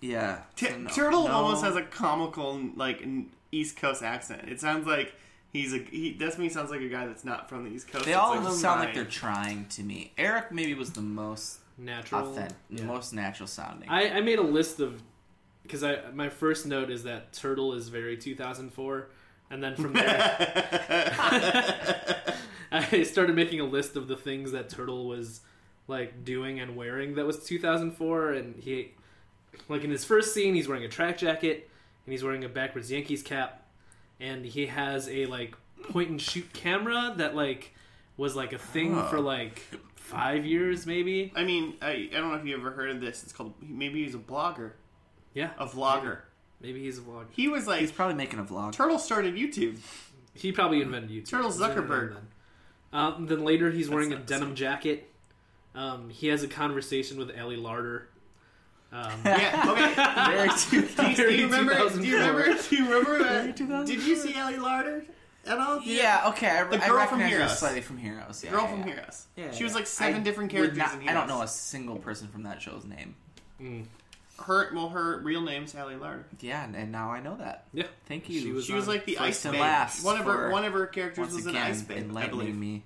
[SPEAKER 3] yeah.
[SPEAKER 1] T-
[SPEAKER 3] So no-
[SPEAKER 1] Turtle
[SPEAKER 3] no.
[SPEAKER 1] almost has a comical like n- East Coast accent. It sounds like he's a he. That's me. Sounds like a guy that's not from the East Coast.
[SPEAKER 3] They
[SPEAKER 1] It's
[SPEAKER 3] all
[SPEAKER 1] like,
[SPEAKER 3] sound
[SPEAKER 1] mine.
[SPEAKER 3] like they're trying to me. Eric maybe was the most
[SPEAKER 2] Natural.
[SPEAKER 3] authentic,
[SPEAKER 2] Yeah.
[SPEAKER 3] most natural sounding.
[SPEAKER 2] I, I made a list of because I my first note is that turtle is very 2004, and then from there I started making a list of the things that turtle was like doing and wearing that was 2004, and he like in his first scene he's wearing a track jacket and he's wearing a backwards Yankees cap, and he has a like point and shoot camera that like was like a thing
[SPEAKER 3] Huh.
[SPEAKER 2] for like five years maybe
[SPEAKER 1] I mean, I, I don't know if you ever heard of this. It's called maybe he's a blogger,
[SPEAKER 2] yeah
[SPEAKER 1] a vlogger.
[SPEAKER 2] maybe he's a vlog
[SPEAKER 1] He was like
[SPEAKER 3] He's probably making a vlog.
[SPEAKER 1] Turtle started YouTube.
[SPEAKER 2] He probably invented YouTube.
[SPEAKER 1] Turtle
[SPEAKER 2] He's invented
[SPEAKER 1] Zuckerberg.
[SPEAKER 2] it Then. Um, then later, he's wearing a
[SPEAKER 3] not the
[SPEAKER 2] denim jacket. Um, he has a conversation with Ellie Larder. Um,
[SPEAKER 1] Yeah.
[SPEAKER 3] Very too-
[SPEAKER 1] Okay. do, you, do you remember? Do you
[SPEAKER 2] 2004.
[SPEAKER 1] remember? Do you remember? That?
[SPEAKER 3] 2004.
[SPEAKER 1] Did you see Ellie Larder at all? Do you-
[SPEAKER 3] yeah, okay. I,
[SPEAKER 1] The
[SPEAKER 3] I
[SPEAKER 1] girl from
[SPEAKER 3] recognize her
[SPEAKER 1] Heroes.
[SPEAKER 3] slightly from Heroes. Yeah,
[SPEAKER 1] Girl
[SPEAKER 3] yeah,
[SPEAKER 1] from
[SPEAKER 3] yeah.
[SPEAKER 1] Heroes.
[SPEAKER 3] Yeah,
[SPEAKER 1] she was
[SPEAKER 3] yeah.
[SPEAKER 1] like seven
[SPEAKER 3] I
[SPEAKER 1] different
[SPEAKER 3] would
[SPEAKER 1] characters.
[SPEAKER 3] not-
[SPEAKER 1] in
[SPEAKER 3] I
[SPEAKER 1] Heroes.
[SPEAKER 3] don't know a single person from that show's name.
[SPEAKER 1] her. Well, her real name's Ellie Larder.
[SPEAKER 3] Yeah, and, and now I know that.
[SPEAKER 2] yeah.
[SPEAKER 3] Thank you.
[SPEAKER 2] She was
[SPEAKER 1] She was like the
[SPEAKER 3] First
[SPEAKER 1] ice
[SPEAKER 3] and
[SPEAKER 1] babe.
[SPEAKER 3] last
[SPEAKER 1] one of her
[SPEAKER 3] for-
[SPEAKER 1] one of her characters
[SPEAKER 3] once
[SPEAKER 1] was
[SPEAKER 3] again
[SPEAKER 1] an ice babe, I
[SPEAKER 3] enlightening
[SPEAKER 1] believe.
[SPEAKER 3] me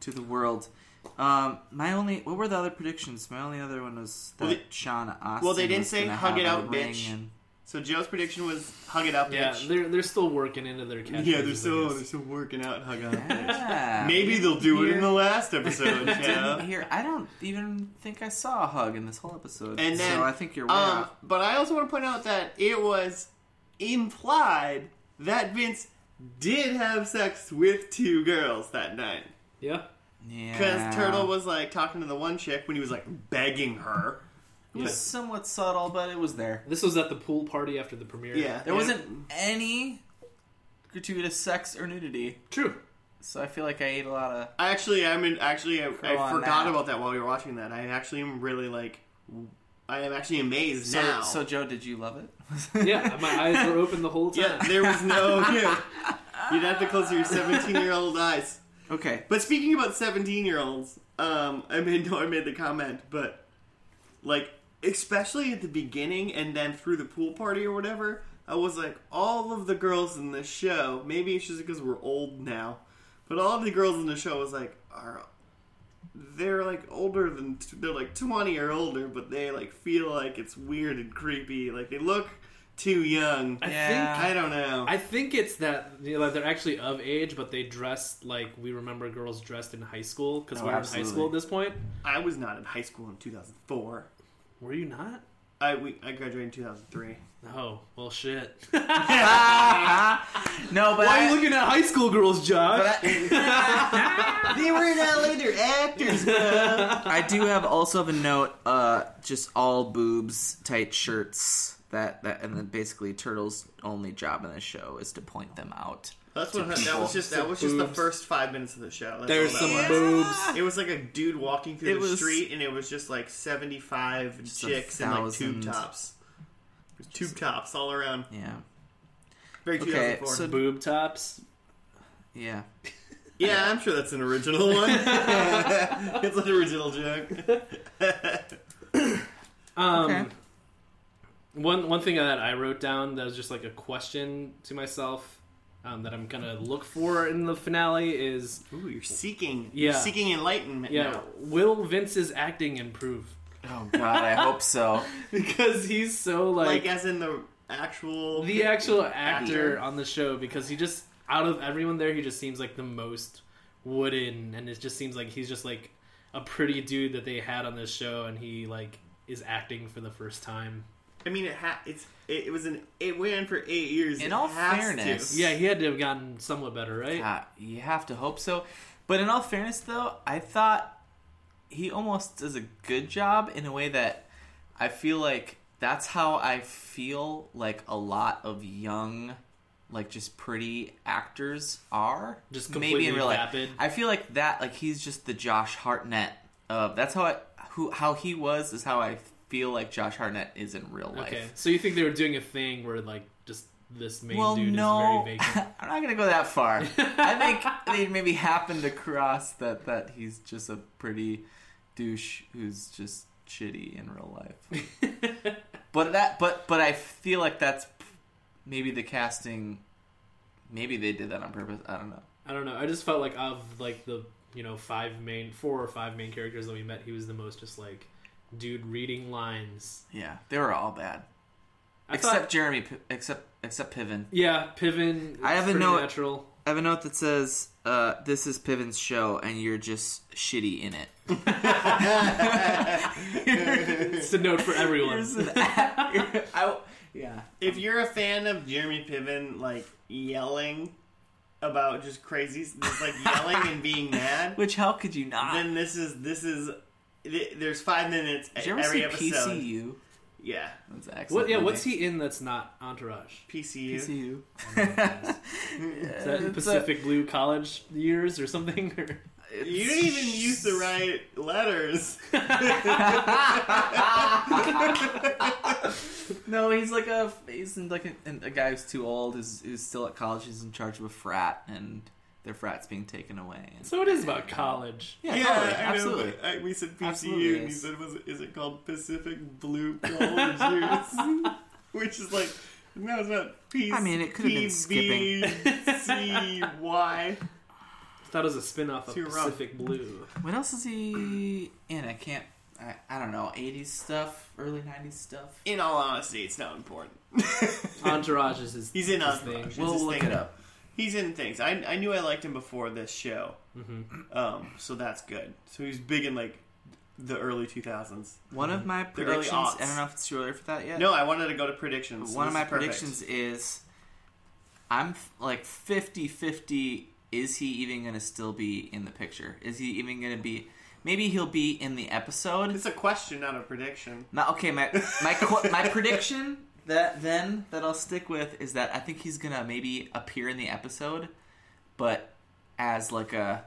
[SPEAKER 3] to the world. Um, my only what were the other predictions? My only other one was that
[SPEAKER 1] Well, they-
[SPEAKER 3] Sean Austin.
[SPEAKER 1] well, they didn't
[SPEAKER 3] was
[SPEAKER 1] say
[SPEAKER 3] gonna
[SPEAKER 1] hug
[SPEAKER 3] have
[SPEAKER 1] it
[SPEAKER 3] a
[SPEAKER 1] out,
[SPEAKER 3] ring
[SPEAKER 1] bitch.
[SPEAKER 3] and-
[SPEAKER 1] So Joe's prediction was hug it up,
[SPEAKER 2] Yeah,
[SPEAKER 1] bitch.
[SPEAKER 2] they're they're still working into their catchphrases.
[SPEAKER 1] Yeah,
[SPEAKER 2] I
[SPEAKER 1] they're still
[SPEAKER 2] guess.
[SPEAKER 1] they're still working out hug up. bitch.
[SPEAKER 3] Yeah.
[SPEAKER 1] Maybe they'll do it in the last episode.
[SPEAKER 3] Didn't
[SPEAKER 1] Joe.
[SPEAKER 3] hear. I don't even think I saw a hug in this whole episode.
[SPEAKER 1] And then,
[SPEAKER 3] so I think you're way
[SPEAKER 1] Um,
[SPEAKER 3] off.
[SPEAKER 1] but I also want to point out that it was implied that Vince did have sex with two girls that night.
[SPEAKER 2] Yeah.
[SPEAKER 3] Yeah.
[SPEAKER 1] Because Turtle was like talking to the one chick when he was like begging her.
[SPEAKER 3] It was somewhat subtle, but it was there.
[SPEAKER 2] This was at the pool party after the premiere.
[SPEAKER 1] Yeah. Yeah.
[SPEAKER 3] There wasn't any gratuitous sex or nudity,
[SPEAKER 2] True.
[SPEAKER 3] so I feel like I ate a lot of.
[SPEAKER 1] I actually, I mean, actually, I,
[SPEAKER 3] Go
[SPEAKER 1] I
[SPEAKER 3] on
[SPEAKER 1] forgot
[SPEAKER 3] that.
[SPEAKER 1] about that while we were watching that. I actually am really like, I am actually amazed
[SPEAKER 3] So,
[SPEAKER 1] now.
[SPEAKER 3] so Joe, did you love it?
[SPEAKER 2] Yeah, my eyes were open the whole time.
[SPEAKER 1] yeah, there was no. yeah. You'd have to close your 17 year old eyes.
[SPEAKER 3] Okay.
[SPEAKER 1] But speaking about 17 year olds, um, I made no, I made the comment, but like, especially at the beginning and then through the pool party or whatever, I was like, all of the girls in this show, maybe it's just because we're old now, but all of the girls in the show was like, are they're like older than they're like 20 or older, but they like feel like it's weird and creepy, like they look too young.
[SPEAKER 2] I
[SPEAKER 3] Yeah.
[SPEAKER 2] think
[SPEAKER 1] I don't know.
[SPEAKER 2] I think it's that you know, like, they're actually of age, but they dress like we remember girls dressed in high school because
[SPEAKER 3] Oh,
[SPEAKER 2] we're
[SPEAKER 3] absolutely.
[SPEAKER 2] in high school at this point.
[SPEAKER 1] I was not in high school in 2004.
[SPEAKER 2] Were you not?
[SPEAKER 1] I we, I graduated in 2003.
[SPEAKER 2] Oh well, shit.
[SPEAKER 3] No, but
[SPEAKER 2] Why are
[SPEAKER 3] I,
[SPEAKER 2] you looking at high school girls, Josh?
[SPEAKER 3] but I-
[SPEAKER 1] they were not later actors.
[SPEAKER 3] I do have also have a note, uh, just all boobs tight shirts. That that and then basically Turtle's only job in the show is to point them out.
[SPEAKER 1] That's what that was just. That was just the first five minutes of the show. That's
[SPEAKER 2] There's
[SPEAKER 1] all that
[SPEAKER 2] some
[SPEAKER 1] was.
[SPEAKER 2] boobs.
[SPEAKER 1] It was like a dude walking through the
[SPEAKER 3] It was-
[SPEAKER 1] street, and it was just like seventy-five
[SPEAKER 3] a
[SPEAKER 1] chicks in like
[SPEAKER 3] thousand.
[SPEAKER 1] tube tops, tube tops all around.
[SPEAKER 3] Yeah.
[SPEAKER 1] Very
[SPEAKER 3] Okay,
[SPEAKER 1] 2004.
[SPEAKER 3] so-
[SPEAKER 2] Boob tops.
[SPEAKER 3] Yeah.
[SPEAKER 1] yeah, I'm sure that's an original one. it's an original joke.
[SPEAKER 2] Um,
[SPEAKER 3] Okay.
[SPEAKER 2] One one thing that I wrote down that was just like a question to myself um, that I'm gonna look for in the finale is
[SPEAKER 1] Ooh, you're seeking.
[SPEAKER 2] Yeah.
[SPEAKER 1] You're seeking enlightenment.
[SPEAKER 2] yeah,
[SPEAKER 1] now.
[SPEAKER 2] will Vince's acting improve?
[SPEAKER 3] Oh God, I hope so.
[SPEAKER 2] Because he's so
[SPEAKER 1] Like,
[SPEAKER 2] like,
[SPEAKER 1] as in the actual.
[SPEAKER 2] the actual actor
[SPEAKER 1] Actor.
[SPEAKER 2] on the show because he just out of everyone there he just seems like the most wooden and it just seems like he's just like a pretty dude that they had on this show and he like is acting for the first time.
[SPEAKER 1] I mean, it ha- it's it, it was an it went on for eight years.
[SPEAKER 3] In
[SPEAKER 1] It
[SPEAKER 3] all
[SPEAKER 1] has to.
[SPEAKER 3] fairness,
[SPEAKER 2] Yeah, he had to have gotten somewhat better, right?
[SPEAKER 3] Yeah, you have to hope so. But in all fairness, though, I thought he almost does a good job in a way that I feel like that's how I feel like a lot of young, like just pretty actors are.
[SPEAKER 2] Just
[SPEAKER 3] maybe in
[SPEAKER 2] completely
[SPEAKER 3] real life.
[SPEAKER 2] vapid.
[SPEAKER 3] I feel like that, like he's just the Josh Hartnett of. That's how I, who how he was is how I feel like Josh Hartnett is in real life.
[SPEAKER 2] Okay, so you think they were doing a thing where like just this main
[SPEAKER 3] Well,
[SPEAKER 2] dude
[SPEAKER 3] no,
[SPEAKER 2] is very vacant?
[SPEAKER 3] I'm not gonna go that far. I think they maybe happened to cross that that he's just a pretty douche who's just shitty in real life. but that, but but I feel like that's maybe the casting. Maybe they did that on purpose. I don't know.
[SPEAKER 2] I don't know. I just felt like of like the you know five main four or five main characters that we met, he was the most just like dude reading lines.
[SPEAKER 3] Yeah, they were all bad
[SPEAKER 2] I
[SPEAKER 3] except
[SPEAKER 2] thought-
[SPEAKER 3] Jeremy. P- Except except Piven.
[SPEAKER 2] Yeah, Piven.
[SPEAKER 3] I
[SPEAKER 2] it's
[SPEAKER 3] have a
[SPEAKER 2] pretty
[SPEAKER 3] note-
[SPEAKER 2] Natural.
[SPEAKER 3] I have a note that says, uh, "This is Piven's show, and you're just shitty in it."
[SPEAKER 2] It's a note for everyone.
[SPEAKER 3] Here's an a- I- yeah.
[SPEAKER 1] If you're a fan of Jeremy Piven, like yelling about just crazy, just like yelling and being mad,
[SPEAKER 3] Which how could you not?
[SPEAKER 1] then this is this is. th- There's five minutes
[SPEAKER 3] Did you ever
[SPEAKER 1] every
[SPEAKER 3] see
[SPEAKER 1] episode.
[SPEAKER 3] PCU?
[SPEAKER 1] Yeah,
[SPEAKER 3] That's an excellent.
[SPEAKER 2] What? Yeah.
[SPEAKER 3] movie.
[SPEAKER 2] What's he in that's not Entourage?
[SPEAKER 1] PCU.
[SPEAKER 3] PCU?
[SPEAKER 2] Is that Pacific Blue College years or something? Or-
[SPEAKER 1] You didn't even use the right letters.
[SPEAKER 3] No, he's like a he's in like a, a guy who's too old who's, who's still at college. He's in charge of a frat, and their frat's being taken away. And,
[SPEAKER 2] so it is about college.
[SPEAKER 3] yeah,
[SPEAKER 1] yeah,
[SPEAKER 3] totally,
[SPEAKER 1] I know,
[SPEAKER 3] absolutely.
[SPEAKER 1] but I, we said PCU,
[SPEAKER 3] Absolutely,
[SPEAKER 1] and you
[SPEAKER 3] yes.
[SPEAKER 1] said, "Was is it called Pacific Blue College Years?" Which is like, no, it's not. P-
[SPEAKER 3] I mean, it could have been skipping.
[SPEAKER 1] PBCY.
[SPEAKER 2] I thought it was a spin off of
[SPEAKER 1] You're wrong.
[SPEAKER 2] Pacific Blue.
[SPEAKER 3] What else is he in? I can't. I, I don't know. Eighties stuff, early nineties stuff.
[SPEAKER 1] In all honesty, it's not important.
[SPEAKER 2] Entourage is his.
[SPEAKER 1] He's in
[SPEAKER 2] his
[SPEAKER 1] Entourage.
[SPEAKER 2] Thing.
[SPEAKER 1] Well-
[SPEAKER 3] We'll
[SPEAKER 1] his
[SPEAKER 3] look
[SPEAKER 1] thing.
[SPEAKER 3] it up.
[SPEAKER 1] He's in things. I, I knew I liked him before this show,
[SPEAKER 2] Mm-hmm.
[SPEAKER 1] um, so that's good. So he was big in like the early two thousands.
[SPEAKER 3] One of my
[SPEAKER 1] The early
[SPEAKER 3] predictions. I
[SPEAKER 1] aughts.
[SPEAKER 3] don't know if it's too early for that yet.
[SPEAKER 1] No, I wanted to go to predictions.
[SPEAKER 3] One of
[SPEAKER 1] This
[SPEAKER 3] my
[SPEAKER 1] is perfect.
[SPEAKER 3] predictions is I'm f- like 50-50 is he even going to still be in the picture? Is he even going to be maybe he'll be in the episode?
[SPEAKER 1] It's a question, not a prediction.
[SPEAKER 3] Now, okay, my my qu- my prediction that then that I'll stick with is that I think he's going to maybe appear in the episode but as like a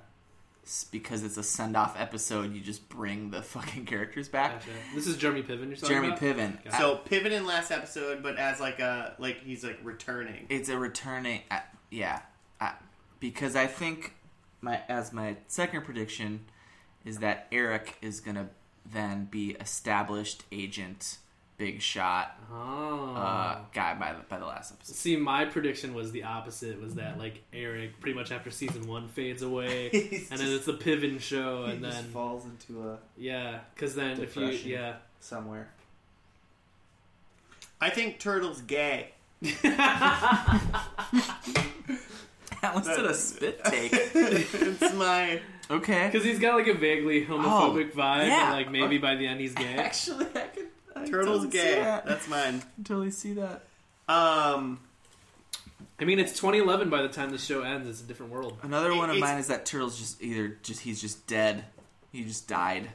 [SPEAKER 3] s- because it's a send-off episode, you just bring the fucking characters back.
[SPEAKER 2] Gotcha. This is Jeremy Piven. You're talking
[SPEAKER 3] Jeremy
[SPEAKER 2] about?
[SPEAKER 3] Piven.
[SPEAKER 2] Got
[SPEAKER 1] So pivot in last episode, but as like a like he's like returning.
[SPEAKER 3] it's a returning I yeah I, because i think my as my second prediction is that eric is gonna then be established agent big shot
[SPEAKER 2] Oh.
[SPEAKER 3] uh, guy by the, by the last episode
[SPEAKER 2] See, my prediction was the opposite. Was that like Eric pretty much after season one fades away, and
[SPEAKER 1] He's
[SPEAKER 2] then it's the Piven show,
[SPEAKER 4] He
[SPEAKER 2] and
[SPEAKER 4] just
[SPEAKER 2] then
[SPEAKER 4] falls into a
[SPEAKER 2] yeah, because then if
[SPEAKER 4] Depression.
[SPEAKER 2] you yeah,
[SPEAKER 4] somewhere.
[SPEAKER 1] I think Turtle's gay.
[SPEAKER 3] that was a spit take
[SPEAKER 1] it's my
[SPEAKER 3] okay
[SPEAKER 2] because he's got like a vaguely homophobic vibe,
[SPEAKER 3] Oh, yeah.
[SPEAKER 2] and like maybe by the end he's gay.
[SPEAKER 3] actually i could I could
[SPEAKER 1] Turtle's
[SPEAKER 3] totally see
[SPEAKER 1] gay.
[SPEAKER 3] that.
[SPEAKER 1] That's mine.
[SPEAKER 3] I could totally see that
[SPEAKER 1] Um,
[SPEAKER 2] I mean, it's 2011 by the time the show ends. It's a different world.
[SPEAKER 3] another
[SPEAKER 1] It-
[SPEAKER 3] one of
[SPEAKER 1] it's-
[SPEAKER 3] mine is that turtles just either just he's just dead he just died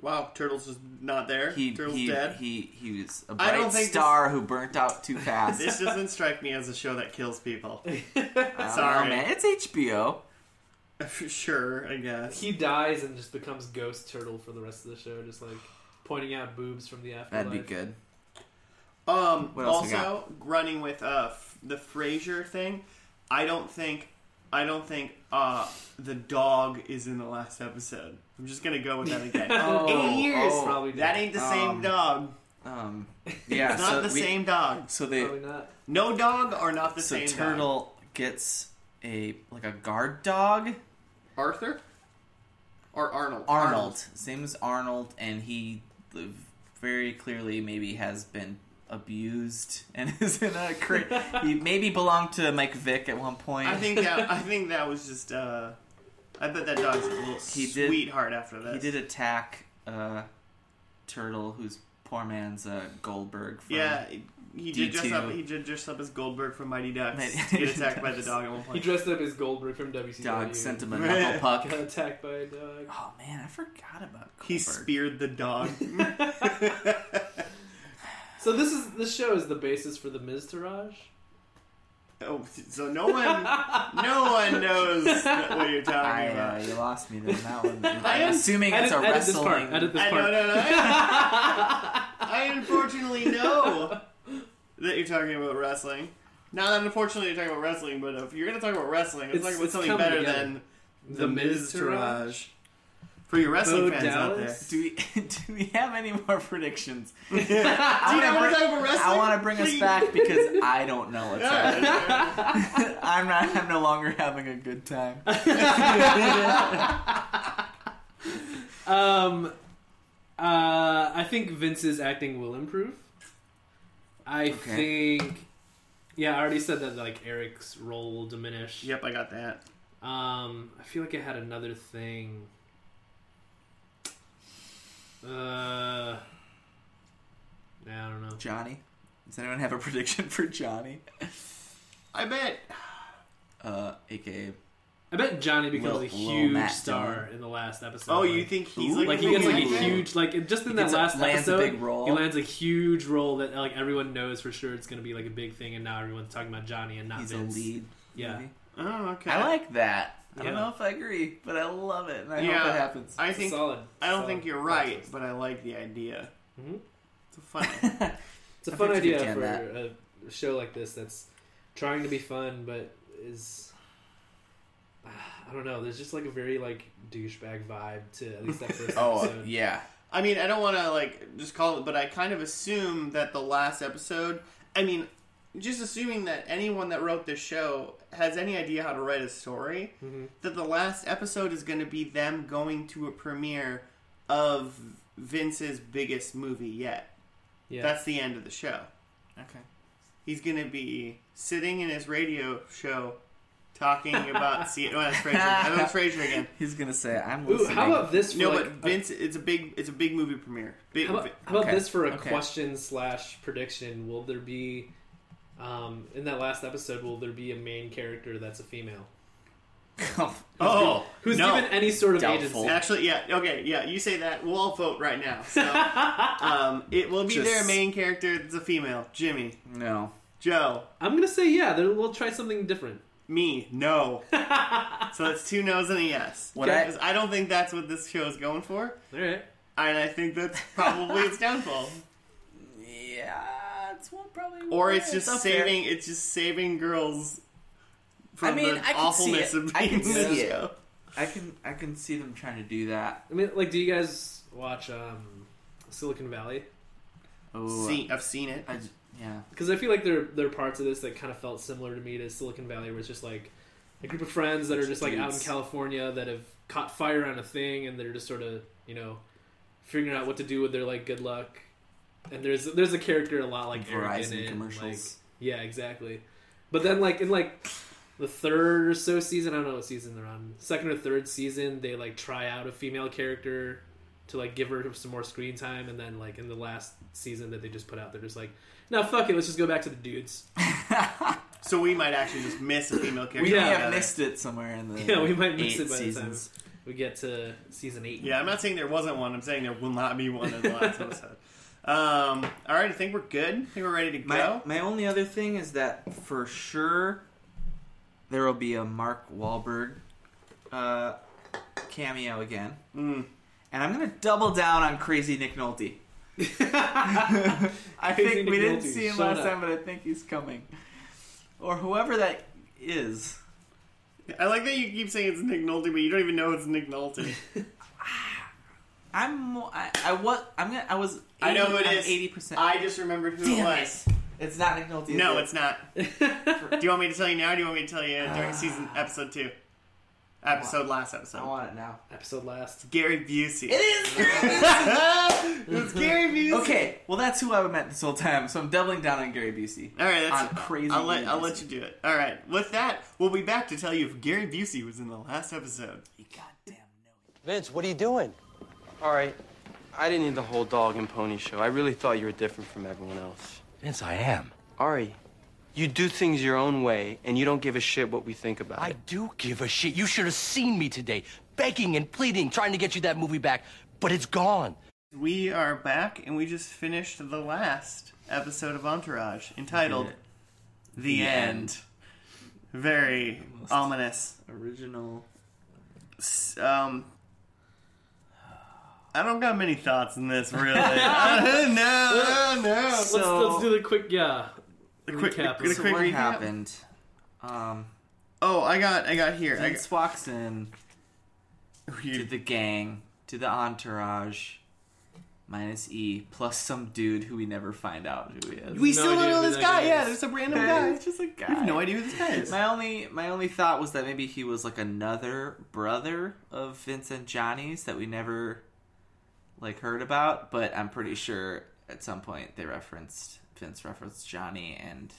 [SPEAKER 1] wow, Turtle's is not there.
[SPEAKER 3] he
[SPEAKER 1] Turtle's
[SPEAKER 3] he,
[SPEAKER 1] dead.
[SPEAKER 3] he he was a
[SPEAKER 1] I don't
[SPEAKER 3] bright
[SPEAKER 1] think this-
[SPEAKER 3] star who burnt out too fast
[SPEAKER 1] this doesn't strike me as a show that kills people.
[SPEAKER 3] I don't
[SPEAKER 1] Sorry.
[SPEAKER 3] know, man. It's HBO.
[SPEAKER 1] sure, I guess.
[SPEAKER 2] He dies and just becomes Ghost Turtle for the rest of the show, just like pointing out boobs from the afterlife.
[SPEAKER 3] That'd be good.
[SPEAKER 1] Um,
[SPEAKER 3] What else we
[SPEAKER 1] also running with uh f- the Frasier thing. I don't think, I don't think uh the dog is in the last episode. I'm just gonna go with that again.
[SPEAKER 3] Oh,
[SPEAKER 1] Eight years,
[SPEAKER 3] oh,
[SPEAKER 2] probably
[SPEAKER 1] that ain't the same
[SPEAKER 3] um,
[SPEAKER 1] dog.
[SPEAKER 3] Um, yeah,
[SPEAKER 1] It's not
[SPEAKER 3] so
[SPEAKER 1] the
[SPEAKER 3] we-
[SPEAKER 1] same dog.
[SPEAKER 3] So they
[SPEAKER 2] Probably not.
[SPEAKER 1] No dog are not the
[SPEAKER 3] so
[SPEAKER 1] same. dog.
[SPEAKER 3] turtle gets a like a guard dog.
[SPEAKER 1] Arthur or Arnold.
[SPEAKER 3] Arnold, same as Arnold, and he uh, very clearly maybe has been abused and is in a crate. he maybe belonged to Mike Vick at one point.
[SPEAKER 1] I think that I think that was just. uh I bet that dog's a little
[SPEAKER 3] He did-
[SPEAKER 1] sweetheart after that.
[SPEAKER 3] he did attack uh, turtle, who's poor man's uh, Goldberg. From,
[SPEAKER 1] Yeah, he did dress
[SPEAKER 3] D2.
[SPEAKER 1] up. He did dress up as Goldberg from Mighty Ducks.
[SPEAKER 3] Mighty-
[SPEAKER 1] get attacked by the dog at one
[SPEAKER 2] He
[SPEAKER 1] point.
[SPEAKER 2] dressed up as Goldberg from WCW.
[SPEAKER 3] Dog sent him a
[SPEAKER 1] Right.
[SPEAKER 3] knuckle puck.
[SPEAKER 2] Got attacked by a dog.
[SPEAKER 3] Oh man, I forgot about Goldberg.
[SPEAKER 1] He speared the dog.
[SPEAKER 2] So this is this show is the basis for the Miz Taraj.
[SPEAKER 1] oh, so no one, no one knows what you're talking
[SPEAKER 3] I,
[SPEAKER 1] about.
[SPEAKER 3] uh, you lost me there. That one.
[SPEAKER 1] I
[SPEAKER 3] I'm
[SPEAKER 1] am-
[SPEAKER 3] assuming it's a
[SPEAKER 2] edit this part,
[SPEAKER 3] wrestling.
[SPEAKER 2] edit this
[SPEAKER 1] I
[SPEAKER 2] part.
[SPEAKER 1] know, no, no. I, I unfortunately know that you're talking about wrestling. Not that unfortunately you're talking about wrestling, but if you're going to talk about wrestling, it's,
[SPEAKER 2] It's-
[SPEAKER 1] talking about
[SPEAKER 2] it's
[SPEAKER 1] something
[SPEAKER 2] coming
[SPEAKER 1] better
[SPEAKER 2] together.
[SPEAKER 1] than
[SPEAKER 2] The Miz Taraj.
[SPEAKER 1] For your wrestling
[SPEAKER 2] Bo
[SPEAKER 1] fans
[SPEAKER 2] Dallas?
[SPEAKER 3] Do we do we have any more predictions?
[SPEAKER 1] out there. Do you
[SPEAKER 3] wanna
[SPEAKER 1] not want
[SPEAKER 3] bring-
[SPEAKER 1] to talk about wrestling?
[SPEAKER 3] I want to bring us
[SPEAKER 1] Please.
[SPEAKER 3] back because I don't know what's
[SPEAKER 1] Yeah,
[SPEAKER 3] happening.
[SPEAKER 1] yeah.
[SPEAKER 3] I'm not. I'm no longer having a good time.
[SPEAKER 2] Um, uh, I think Vince's acting will improve. I
[SPEAKER 3] Okay.
[SPEAKER 2] think, yeah, I already said that like Eric's role will diminish.
[SPEAKER 1] Yep, I got that.
[SPEAKER 2] Um, I feel like I had another thing. Uh, nah, I don't know.
[SPEAKER 3] Johnny, does anyone have a prediction for Johnny?
[SPEAKER 1] I bet.
[SPEAKER 3] Uh, aka
[SPEAKER 2] I bet Johnny becomes
[SPEAKER 3] Lil-
[SPEAKER 2] a
[SPEAKER 3] Lil
[SPEAKER 2] huge
[SPEAKER 3] Matt
[SPEAKER 2] star
[SPEAKER 3] Dillon.
[SPEAKER 2] in the last episode.
[SPEAKER 1] Oh,
[SPEAKER 2] Like,
[SPEAKER 1] you think he's
[SPEAKER 3] Ooh,
[SPEAKER 1] like,
[SPEAKER 2] like he gets like a
[SPEAKER 1] Ooh.
[SPEAKER 2] huge like it- just in that
[SPEAKER 3] gets a-
[SPEAKER 2] last
[SPEAKER 3] lands a
[SPEAKER 2] episode
[SPEAKER 3] big role.
[SPEAKER 2] he lands a huge role that like everyone knows for sure it's going to be like a big thing and now everyone's talking about Johnny and not
[SPEAKER 3] he's a
[SPEAKER 2] Vince.
[SPEAKER 3] lead.
[SPEAKER 2] Yeah.
[SPEAKER 3] maybe?
[SPEAKER 1] Oh, okay.
[SPEAKER 3] I like that. I don't
[SPEAKER 2] Yeah.
[SPEAKER 3] know if I agree, but I love it, and I
[SPEAKER 1] Yeah.
[SPEAKER 3] hope it happens.
[SPEAKER 1] I
[SPEAKER 2] It's a
[SPEAKER 1] think.
[SPEAKER 2] solid.
[SPEAKER 1] I don't
[SPEAKER 2] solid
[SPEAKER 1] think you're
[SPEAKER 2] plot
[SPEAKER 1] right,
[SPEAKER 2] twist.
[SPEAKER 1] but I like the idea.
[SPEAKER 2] Mhm.
[SPEAKER 1] It's a fun.
[SPEAKER 2] It's a
[SPEAKER 3] I
[SPEAKER 2] fun
[SPEAKER 3] think you
[SPEAKER 2] idea
[SPEAKER 3] can
[SPEAKER 2] for
[SPEAKER 3] that.
[SPEAKER 2] a show like this that's trying to be fun but is I don't know. There's just like a very like douchebag vibe to at least that first
[SPEAKER 3] oh
[SPEAKER 2] episode.
[SPEAKER 3] yeah,
[SPEAKER 1] I mean, I don't want to like just call it, but I kind of assume that the last episode. I mean, just assuming that anyone that wrote this show has any idea how to write a story, that the last episode is going to be them going to a premiere of Vince's biggest movie yet.
[SPEAKER 2] Yeah.
[SPEAKER 1] That's the end of the show.
[SPEAKER 3] okay.
[SPEAKER 1] He's going to be sitting in his radio show talking about. see, oh, that's Frasier. Oh, that's Frasier again.
[SPEAKER 3] He's gonna say, "I'm
[SPEAKER 2] Ooh,
[SPEAKER 3] listening."
[SPEAKER 2] how about this for
[SPEAKER 1] No,
[SPEAKER 2] like
[SPEAKER 1] but
[SPEAKER 2] a
[SPEAKER 1] Vince, it's a big, it's a big movie premiere. Big,
[SPEAKER 2] How about, how about
[SPEAKER 3] Okay.
[SPEAKER 2] this for a
[SPEAKER 3] Okay.
[SPEAKER 2] question slash prediction? Will there be Um, in that last episode, will there be a main character that's a female
[SPEAKER 1] Oh,
[SPEAKER 2] who's
[SPEAKER 1] no.
[SPEAKER 2] given any sort of
[SPEAKER 3] Doubtful.
[SPEAKER 2] agency?
[SPEAKER 1] Actually, yeah. Okay, yeah. You say that. We'll all vote right now. So, um, it will be
[SPEAKER 3] Just-
[SPEAKER 1] their main character. It's a female. Jimmy,
[SPEAKER 3] no.
[SPEAKER 1] Joe,
[SPEAKER 2] I'm gonna say yeah. There, we'll try something different.
[SPEAKER 1] me, no. so that's two no's and a yes.
[SPEAKER 3] What I-
[SPEAKER 1] 'Cause I don't think that's what this show is going for,
[SPEAKER 2] All right.
[SPEAKER 1] and I think that's probably its downfall.
[SPEAKER 3] Yeah, it's one probably.
[SPEAKER 1] Or it's just
[SPEAKER 3] up there.
[SPEAKER 1] saving. It's just saving girls. From
[SPEAKER 3] I mean,
[SPEAKER 1] the
[SPEAKER 3] I can see
[SPEAKER 1] awfulness
[SPEAKER 3] it.
[SPEAKER 1] of
[SPEAKER 3] I
[SPEAKER 1] being
[SPEAKER 3] can
[SPEAKER 1] in this
[SPEAKER 3] see it.
[SPEAKER 1] show.
[SPEAKER 3] I can I can see them trying to do that.
[SPEAKER 2] I mean, like, do you guys watch um, Silicon Valley?
[SPEAKER 3] Oh,
[SPEAKER 1] See, I've seen it.
[SPEAKER 3] I j- yeah.
[SPEAKER 2] Because I feel like there there are parts of this that kind of felt similar to me to Silicon Valley, where it's just like a group of friends that are just like out in
[SPEAKER 3] Dudes.
[SPEAKER 2] California that have caught fire on a thing, and they're just sort of you know figuring out what to do with their like good luck. And there's there's a character a lot like Eric in it,
[SPEAKER 3] Verizon
[SPEAKER 2] and,
[SPEAKER 3] commercials.
[SPEAKER 2] like- yeah, exactly. But then like in like the third or so season, I don't know what season they're on, second or third season, they like try out a female character to like give her some more screen time, and then like in the last season that they just put out, they're just like, no, fuck it, let's just go back to the dudes.
[SPEAKER 1] So we might actually just miss a female character.
[SPEAKER 3] we may
[SPEAKER 2] yeah.
[SPEAKER 1] altogether.
[SPEAKER 3] have missed it somewhere in the
[SPEAKER 2] Yeah, we might miss
[SPEAKER 3] eight
[SPEAKER 2] it by the time.
[SPEAKER 3] seasons.
[SPEAKER 2] We get to season eight.
[SPEAKER 1] Yeah, I'm not saying there wasn't one. I'm saying there will not be one in the last episode. Um, all right, I think we're good. I think we're ready to go.
[SPEAKER 3] My my only other thing is that for sure there will be a Mark Wahlberg uh, cameo again,
[SPEAKER 1] Mm.
[SPEAKER 3] and I'm gonna double down on Crazy Nick Nolte. I
[SPEAKER 2] Crazy
[SPEAKER 3] think
[SPEAKER 2] Nick
[SPEAKER 3] we didn't
[SPEAKER 2] Nolte,
[SPEAKER 3] see him
[SPEAKER 2] shut
[SPEAKER 3] last
[SPEAKER 2] up.
[SPEAKER 3] time, but I think he's coming, or whoever that is.
[SPEAKER 1] I like that you keep saying it's Nick Nolte, but you don't even know it's Nick Nolte.
[SPEAKER 3] I'm mo- I, I was I'm gonna I was 80,
[SPEAKER 1] I know who it
[SPEAKER 3] I'm
[SPEAKER 1] is.
[SPEAKER 3] eighty percent.
[SPEAKER 1] I just remembered who it
[SPEAKER 3] Damn
[SPEAKER 1] was.
[SPEAKER 3] It's not Nick Nolte. is
[SPEAKER 1] No,
[SPEAKER 3] it?
[SPEAKER 1] it's not. Do you want me to tell you now? Or do you want me to tell you during season episode two, episode last
[SPEAKER 3] I
[SPEAKER 1] episode?
[SPEAKER 3] want it now.
[SPEAKER 2] Episode last.
[SPEAKER 1] Gary Busey.
[SPEAKER 3] It is.
[SPEAKER 1] it's Gary Busey.
[SPEAKER 3] okay, well that's who I meant this whole time. So I'm doubling down on Gary Busey.
[SPEAKER 1] All right, that's
[SPEAKER 3] On crazy
[SPEAKER 1] I'll let, I'll
[SPEAKER 3] Busey.
[SPEAKER 1] let you do it. All right. With that, we'll be back to tell you if Gary Busey was in the last episode.
[SPEAKER 3] You goddamn know.
[SPEAKER 4] Vince, what are you doing?
[SPEAKER 5] All right. I didn't need the whole dog and pony show. I really thought you were different from everyone else.
[SPEAKER 4] Vince, I am.
[SPEAKER 5] Ari, you do things your own way, and you don't give a shit what we think about
[SPEAKER 4] I
[SPEAKER 5] it.
[SPEAKER 4] do give a shit. You should have seen me today, begging and pleading, trying to get you that movie back, but it's gone.
[SPEAKER 1] We are back, and we just finished the last episode of Entourage, entitled "The, End." Very ominous.
[SPEAKER 3] Original.
[SPEAKER 1] S- Um, I don't got many thoughts in this, really. no, no, no.
[SPEAKER 2] Let's,
[SPEAKER 3] So-
[SPEAKER 2] let's do the quick yeah.
[SPEAKER 1] A quick,
[SPEAKER 2] Recap.
[SPEAKER 1] a
[SPEAKER 2] So
[SPEAKER 1] quick
[SPEAKER 3] what
[SPEAKER 1] recap.
[SPEAKER 3] happened? Um,
[SPEAKER 1] Oh, I got, I got here. I
[SPEAKER 3] Vince walks in
[SPEAKER 1] got,
[SPEAKER 3] to the gang, to the entourage, minus E, plus some dude who we never find out who he is.
[SPEAKER 1] we
[SPEAKER 2] No
[SPEAKER 1] still don't
[SPEAKER 2] idea
[SPEAKER 1] know
[SPEAKER 2] who
[SPEAKER 1] this
[SPEAKER 2] that
[SPEAKER 1] guy.
[SPEAKER 2] guy
[SPEAKER 1] Yeah,
[SPEAKER 2] is.
[SPEAKER 1] there's some random guy.
[SPEAKER 3] It's just a guy.
[SPEAKER 1] We have no idea who this guy is.
[SPEAKER 3] My only my only thought was that maybe he was like another brother of Vincent Johnny's that we never like heard about, but I'm pretty sure at some point they referenced Vince referenced Johnny and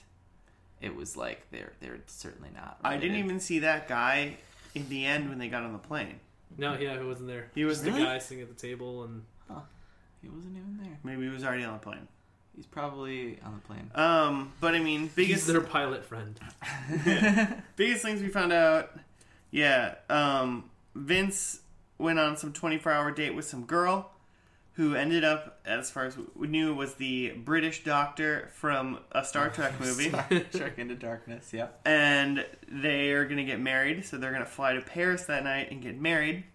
[SPEAKER 3] it was like they're they're certainly not.
[SPEAKER 1] I didn't
[SPEAKER 3] related.
[SPEAKER 1] even see that guy in the end when they got on the plane.
[SPEAKER 2] No, yeah, who wasn't there?
[SPEAKER 1] He was
[SPEAKER 2] Just the
[SPEAKER 1] really-
[SPEAKER 2] guy sitting at the table and
[SPEAKER 3] He wasn't even there.
[SPEAKER 1] Maybe he was already on the plane.
[SPEAKER 3] He's probably on the plane.
[SPEAKER 1] Um, but I mean, biggest
[SPEAKER 2] he's their pilot friend.
[SPEAKER 1] biggest things we found out yeah um vince went on some 24 hour date with some girl who ended up as far as we knew was the british doctor from a star trek movie
[SPEAKER 3] Shark into darkness. Yep.
[SPEAKER 1] and they are going to get married so they're going to fly to paris that night and get married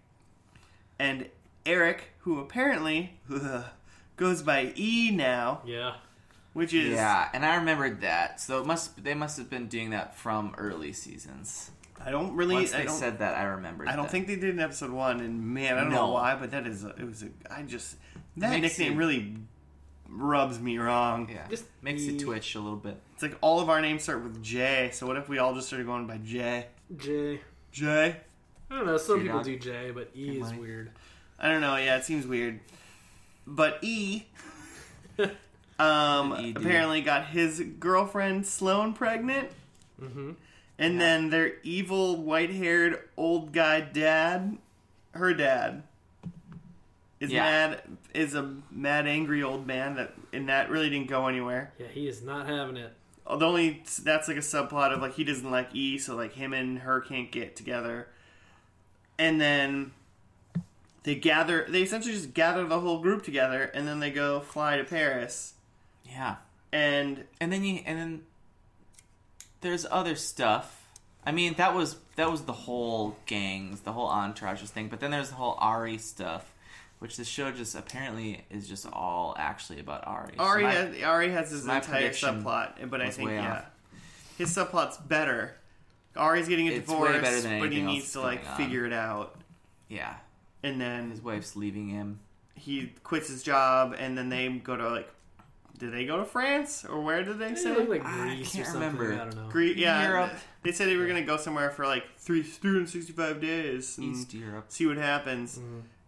[SPEAKER 1] and eric who apparently goes by e now
[SPEAKER 2] Yeah.
[SPEAKER 1] which is
[SPEAKER 3] Yeah, and I remembered that. So it must they must have been doing that from early seasons.
[SPEAKER 1] i don't really
[SPEAKER 3] Once
[SPEAKER 1] I
[SPEAKER 3] they
[SPEAKER 1] don't,
[SPEAKER 3] said that, I remembered.
[SPEAKER 1] I don't
[SPEAKER 3] that.
[SPEAKER 1] think they did in episode one, and man, I don't know
[SPEAKER 3] No.
[SPEAKER 1] why, but that is a, it was a I just that
[SPEAKER 3] Makes
[SPEAKER 1] nickname
[SPEAKER 3] you-
[SPEAKER 1] really rubs me wrong.
[SPEAKER 3] Yeah,
[SPEAKER 2] Just
[SPEAKER 3] makes
[SPEAKER 2] the-
[SPEAKER 3] it twitch a little bit.
[SPEAKER 1] It's like all of our names start with J, so what if we all just started going by J?
[SPEAKER 2] Jay.
[SPEAKER 1] J?
[SPEAKER 2] I don't know. Some
[SPEAKER 3] J-Dog.
[SPEAKER 2] people do J, but E is
[SPEAKER 3] Money.
[SPEAKER 2] weird.
[SPEAKER 1] I don't know. Yeah, it seems weird. But E, um,
[SPEAKER 3] An ED.
[SPEAKER 1] apparently got his girlfriend Sloane pregnant, mm-hmm. and then their evil white-haired old guy dad, her dad, is
[SPEAKER 3] Yeah.
[SPEAKER 1] mad. Is a mad, angry old man that, and that really didn't go anywhere.
[SPEAKER 2] Yeah, he is not having it.
[SPEAKER 1] the only that's like a subplot of like he doesn't like E, so like him and her can't get together. And then they gather. They essentially just gather the whole group together, and then they go fly to Paris.
[SPEAKER 3] Yeah.
[SPEAKER 1] And
[SPEAKER 3] And then you and then there's other stuff. I mean, that was that was the whole gangs, the whole entourage thing. But then there's the whole Ari stuff, which the show just apparently is just all actually about Ari. So
[SPEAKER 1] Ari
[SPEAKER 3] my-
[SPEAKER 1] has, Ari has his
[SPEAKER 3] my
[SPEAKER 1] entire
[SPEAKER 3] prediction
[SPEAKER 1] subplot, but I
[SPEAKER 3] was
[SPEAKER 1] think
[SPEAKER 3] way
[SPEAKER 1] yeah,
[SPEAKER 3] off.
[SPEAKER 1] his subplot's better. Ari's getting a
[SPEAKER 3] It's way
[SPEAKER 1] divorce,
[SPEAKER 3] better than
[SPEAKER 1] but he
[SPEAKER 3] anything else
[SPEAKER 1] needs to
[SPEAKER 3] that's
[SPEAKER 1] like
[SPEAKER 3] going on.
[SPEAKER 1] figure it out.
[SPEAKER 3] yeah,
[SPEAKER 1] And then
[SPEAKER 3] his wife's leaving him.
[SPEAKER 1] he quits his job, and then they go to like, did they go to France or where did they
[SPEAKER 2] They
[SPEAKER 1] say?
[SPEAKER 2] look like
[SPEAKER 3] I
[SPEAKER 2] Greece or
[SPEAKER 3] can't
[SPEAKER 2] something.
[SPEAKER 3] remember.
[SPEAKER 2] I don't know.
[SPEAKER 1] Gre- yeah,
[SPEAKER 3] Europe.
[SPEAKER 1] they said they were gonna go somewhere for like three, 365 days and
[SPEAKER 3] East Europe. Mm-hmm.
[SPEAKER 1] see what happens,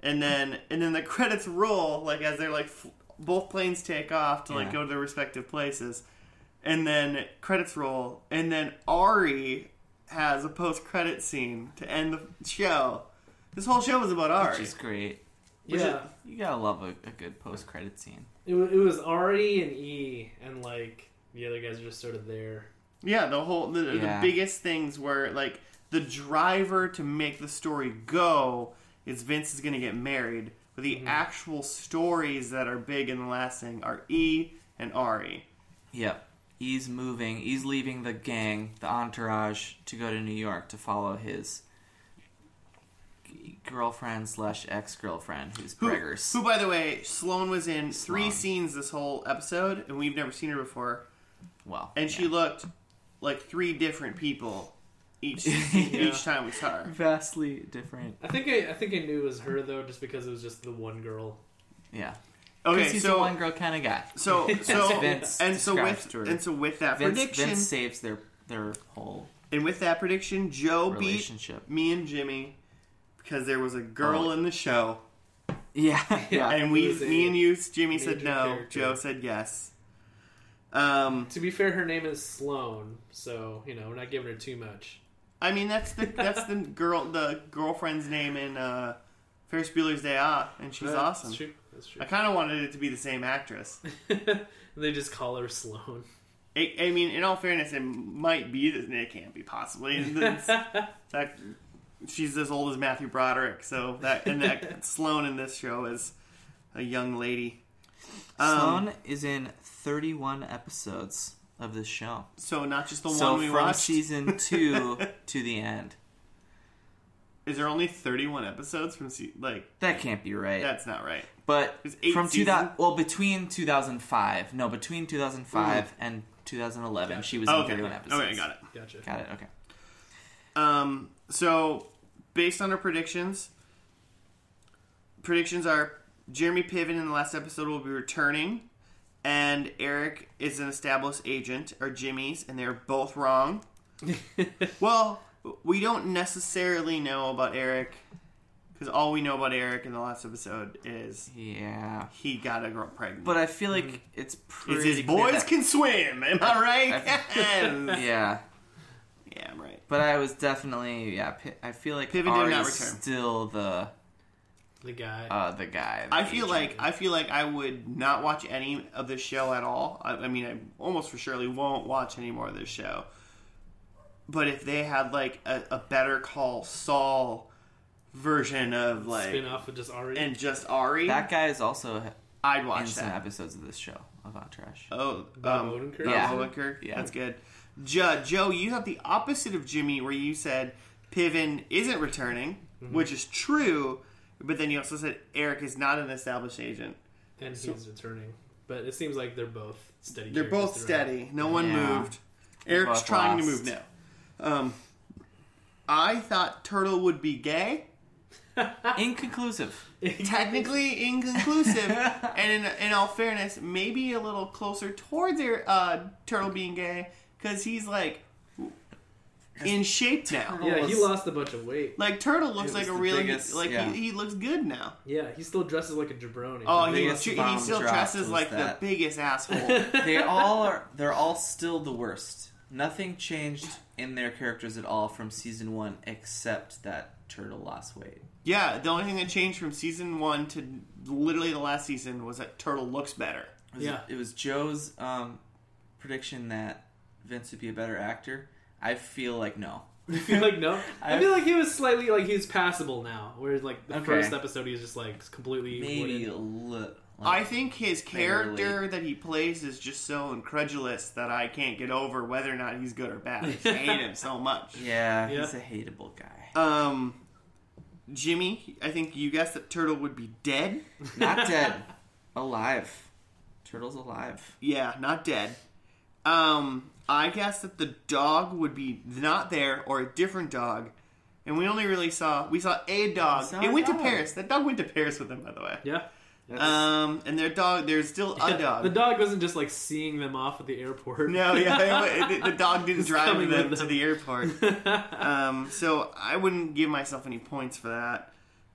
[SPEAKER 1] and then and then the credits roll like as they're like f- both planes take off to like
[SPEAKER 3] Yeah.
[SPEAKER 1] go to their respective places, and then credits roll, and then Ari has a post credit scene to end the show. This whole show is about Ari.
[SPEAKER 3] Which is great.
[SPEAKER 2] Yeah,
[SPEAKER 3] You gotta love a, a good post credit scene.
[SPEAKER 2] it, wa- it was Ari and E, and like the other guys are just sort of there.
[SPEAKER 1] Yeah, the whole the, the
[SPEAKER 3] Yeah.
[SPEAKER 1] biggest things were like the driver to make the story go is Vince is going to get married, but
[SPEAKER 3] Mm-hmm.
[SPEAKER 1] the actual stories that are big and lasting are E and Ari.
[SPEAKER 3] Yep. He's moving. He's leaving the gang, the entourage, to go to New York to follow his g- girlfriend slash ex girlfriend, who's
[SPEAKER 1] Who,
[SPEAKER 3] Breggers.
[SPEAKER 1] who, by the way, Sloane was in three
[SPEAKER 3] Sloane.
[SPEAKER 1] scenes this whole episode, and we've never seen her before.
[SPEAKER 3] Well,
[SPEAKER 1] And she
[SPEAKER 3] yeah.
[SPEAKER 1] looked like three different people each each time we saw her.
[SPEAKER 3] vastly different.
[SPEAKER 2] I think I, I think I knew it was her though, just because it was just the one girl.
[SPEAKER 3] Yeah. Because
[SPEAKER 1] Okay,
[SPEAKER 3] he's a one
[SPEAKER 1] so
[SPEAKER 3] girl kind of guy.
[SPEAKER 1] so so
[SPEAKER 3] Vince
[SPEAKER 1] and so
[SPEAKER 3] describes
[SPEAKER 1] with
[SPEAKER 3] to her.
[SPEAKER 1] and so with that
[SPEAKER 3] Vince,
[SPEAKER 1] prediction.
[SPEAKER 3] Vince saves their their whole
[SPEAKER 1] And with that prediction, Joe beat
[SPEAKER 3] relationship.
[SPEAKER 1] me and Jimmy because there was a girl
[SPEAKER 3] Oh.
[SPEAKER 1] in the show,
[SPEAKER 3] Yeah, yeah.
[SPEAKER 1] and
[SPEAKER 2] It
[SPEAKER 1] we,
[SPEAKER 2] was a
[SPEAKER 1] me and you, Jimmy said
[SPEAKER 2] major
[SPEAKER 1] no,
[SPEAKER 2] character.
[SPEAKER 1] Joe said yes. Um,
[SPEAKER 2] To be fair, her name is Sloane, so you know we're not giving her too much.
[SPEAKER 1] I mean that's the that's the girl the girlfriend's name in uh, Ferris Bueller's Day Off, and she's
[SPEAKER 2] Uh,
[SPEAKER 1] awesome.
[SPEAKER 2] That's true. That's true.
[SPEAKER 1] I kind of wanted it to be the same actress.
[SPEAKER 2] they just call her Sloane.
[SPEAKER 1] I, I mean, in all fairness, it might be that it can't be possibly. And it's- that she's as old as Matthew Broderick, so that and that Sloane in this show is a young lady. Um,
[SPEAKER 3] Sloan is in 31 episodes of this show.
[SPEAKER 1] so not just the
[SPEAKER 3] so
[SPEAKER 1] one we
[SPEAKER 3] from
[SPEAKER 1] watched.
[SPEAKER 3] season two to the end.
[SPEAKER 1] Is there only thirty-one episodes from se- like?
[SPEAKER 3] That can't be right.
[SPEAKER 1] That's not right.
[SPEAKER 3] but
[SPEAKER 1] There's eight
[SPEAKER 3] from 2000,
[SPEAKER 1] seasons?
[SPEAKER 3] well, between 2005, no, between 2005 and 2011, she was
[SPEAKER 1] Oh,
[SPEAKER 3] in
[SPEAKER 1] okay,
[SPEAKER 3] 31 episodes.
[SPEAKER 1] okay, got it.
[SPEAKER 2] Gotcha.
[SPEAKER 3] Got it. Okay.
[SPEAKER 1] Um, so based on our predictions, predictions are Jeremy Piven in the last episode will be returning, and Eric is an established agent or Jimmy's, and they're both wrong. well, we don't necessarily know about Eric because all we know about Eric in the last episode is
[SPEAKER 3] Yeah.
[SPEAKER 1] he got a girl pregnant.
[SPEAKER 3] But I feel like it's pretty.
[SPEAKER 1] it's his
[SPEAKER 3] clear
[SPEAKER 1] Hmm. boys
[SPEAKER 3] that-
[SPEAKER 1] can swim. Am I right?
[SPEAKER 3] yeah.
[SPEAKER 1] yeah, I'm right.
[SPEAKER 3] But I was definitely yeah. Pi- I feel like
[SPEAKER 1] Piven did
[SPEAKER 3] Piven
[SPEAKER 1] not return.
[SPEAKER 3] still the
[SPEAKER 2] The guy.
[SPEAKER 3] uh, the guy. the
[SPEAKER 1] I feel
[SPEAKER 3] agent.
[SPEAKER 1] like I feel like I would not watch any of this show at all. I, I mean, I almost for surely won't watch any more of this show. But if they had like a, a Better Call Saul version of like
[SPEAKER 2] Spin off with just E, Ari.
[SPEAKER 1] and just Ari,
[SPEAKER 3] that guy is also
[SPEAKER 1] I'd
[SPEAKER 3] in
[SPEAKER 1] watch
[SPEAKER 3] some
[SPEAKER 1] that.
[SPEAKER 3] episodes of this show of Entourage.
[SPEAKER 1] Oh,
[SPEAKER 2] Bob
[SPEAKER 1] um,
[SPEAKER 2] Odenkirk?
[SPEAKER 1] Bob
[SPEAKER 3] Yeah.
[SPEAKER 1] Odenkirk?
[SPEAKER 3] Yeah.
[SPEAKER 1] that's good. Jo, Joe, you have the opposite of Jimmy, where you said Piven isn't returning, which is true. But then you also said Eric is not an established agent.
[SPEAKER 2] and he's returning. But it seems like they're both steady.
[SPEAKER 1] They're
[SPEAKER 2] characters
[SPEAKER 1] both
[SPEAKER 2] throughout.
[SPEAKER 1] steady. No one
[SPEAKER 3] Yeah.
[SPEAKER 1] moved. Eric's
[SPEAKER 3] both
[SPEAKER 1] trying to
[SPEAKER 3] lost.
[SPEAKER 1] move now. Um, I thought Turtle would be gay. Ah.
[SPEAKER 3] Inconclusive.
[SPEAKER 1] Technically inconclusive, and in, in all fairness, maybe a little closer towards Er- uh, Turtle being gay because he's like in shape now.
[SPEAKER 2] Yeah, he
[SPEAKER 3] was-
[SPEAKER 2] lost a bunch of weight.
[SPEAKER 1] Like Turtle looks
[SPEAKER 3] It
[SPEAKER 1] like
[SPEAKER 3] was
[SPEAKER 1] a
[SPEAKER 3] the
[SPEAKER 1] real
[SPEAKER 3] biggest-
[SPEAKER 1] like
[SPEAKER 3] yeah.
[SPEAKER 1] he, he looks good now.
[SPEAKER 2] Yeah, he still dresses like a jabroni.
[SPEAKER 1] Oh, he,
[SPEAKER 3] biggest
[SPEAKER 1] he
[SPEAKER 3] bomb
[SPEAKER 1] still
[SPEAKER 3] drop
[SPEAKER 1] dresses
[SPEAKER 3] was
[SPEAKER 1] like
[SPEAKER 3] that.
[SPEAKER 1] the biggest asshole.
[SPEAKER 3] They all are. They're all still the worst. Nothing changed in their characters at all from season one, except that turtle lost weight.
[SPEAKER 1] yeah, the only thing that changed from season one to literally the last season was that Turtle looks better.
[SPEAKER 3] It was,
[SPEAKER 2] Yeah.
[SPEAKER 3] It was Joe's um, prediction that Vince would be a better actor? I feel like no.
[SPEAKER 2] like no, I,
[SPEAKER 3] I-
[SPEAKER 2] feel like he was slightly like he's passable now. Whereas like the
[SPEAKER 3] Okay.
[SPEAKER 2] first episode, he's just like completely
[SPEAKER 3] Maybe
[SPEAKER 2] wooden.
[SPEAKER 3] a little.
[SPEAKER 1] I think his character that he plays is just so incredulous that I can't get over whether or not he's good or bad. I just hate him so much.
[SPEAKER 3] yeah,
[SPEAKER 2] Yeah.
[SPEAKER 3] he's a hateable guy.
[SPEAKER 1] Um, Jimmy, I think you guessed that Turtle would be dead.
[SPEAKER 3] Not dead, alive. Turtle's alive.
[SPEAKER 1] Yeah, not dead. Um, I guess that the dog would be not there or a different dog. And we only really saw we saw a dog.
[SPEAKER 3] We saw
[SPEAKER 1] it
[SPEAKER 3] a
[SPEAKER 1] went
[SPEAKER 3] dog.
[SPEAKER 1] to Paris. That dog went to Paris with them, by the way.
[SPEAKER 2] Yeah.
[SPEAKER 3] That's,
[SPEAKER 1] Um, and their dog. There's still a dog.
[SPEAKER 2] The dog wasn't just like seeing them off at the airport.
[SPEAKER 1] No, yeah, it- it- the dog didn't drive
[SPEAKER 2] coming
[SPEAKER 1] them,
[SPEAKER 2] with
[SPEAKER 1] to
[SPEAKER 2] them.
[SPEAKER 1] the airport. um, so I wouldn't give myself any points for that.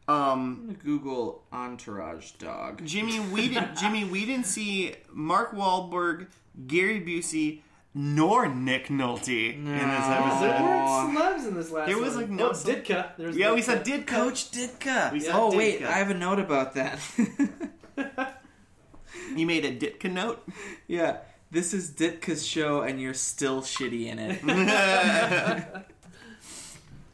[SPEAKER 1] Um,
[SPEAKER 3] Google entourage dog.
[SPEAKER 1] Jimmy, we didn't. Jimmy, we didn't see Mark Wahlberg, Gary Busey, nor Nick Nolte in this
[SPEAKER 2] There
[SPEAKER 1] episode.
[SPEAKER 2] weren't celebs in this last
[SPEAKER 1] There was,
[SPEAKER 2] one.
[SPEAKER 1] like, no
[SPEAKER 2] Oh,
[SPEAKER 1] celeb-
[SPEAKER 2] Ditka. There was
[SPEAKER 1] Yeah, we
[SPEAKER 2] Ditka.
[SPEAKER 1] said did coach.
[SPEAKER 3] Coach Ditka.
[SPEAKER 1] said
[SPEAKER 3] oh
[SPEAKER 1] Ditka.
[SPEAKER 3] wait, I have a note about that.
[SPEAKER 1] You made a Ditka note.
[SPEAKER 3] yeah, this is Ditka's show, and you're still shitty in it.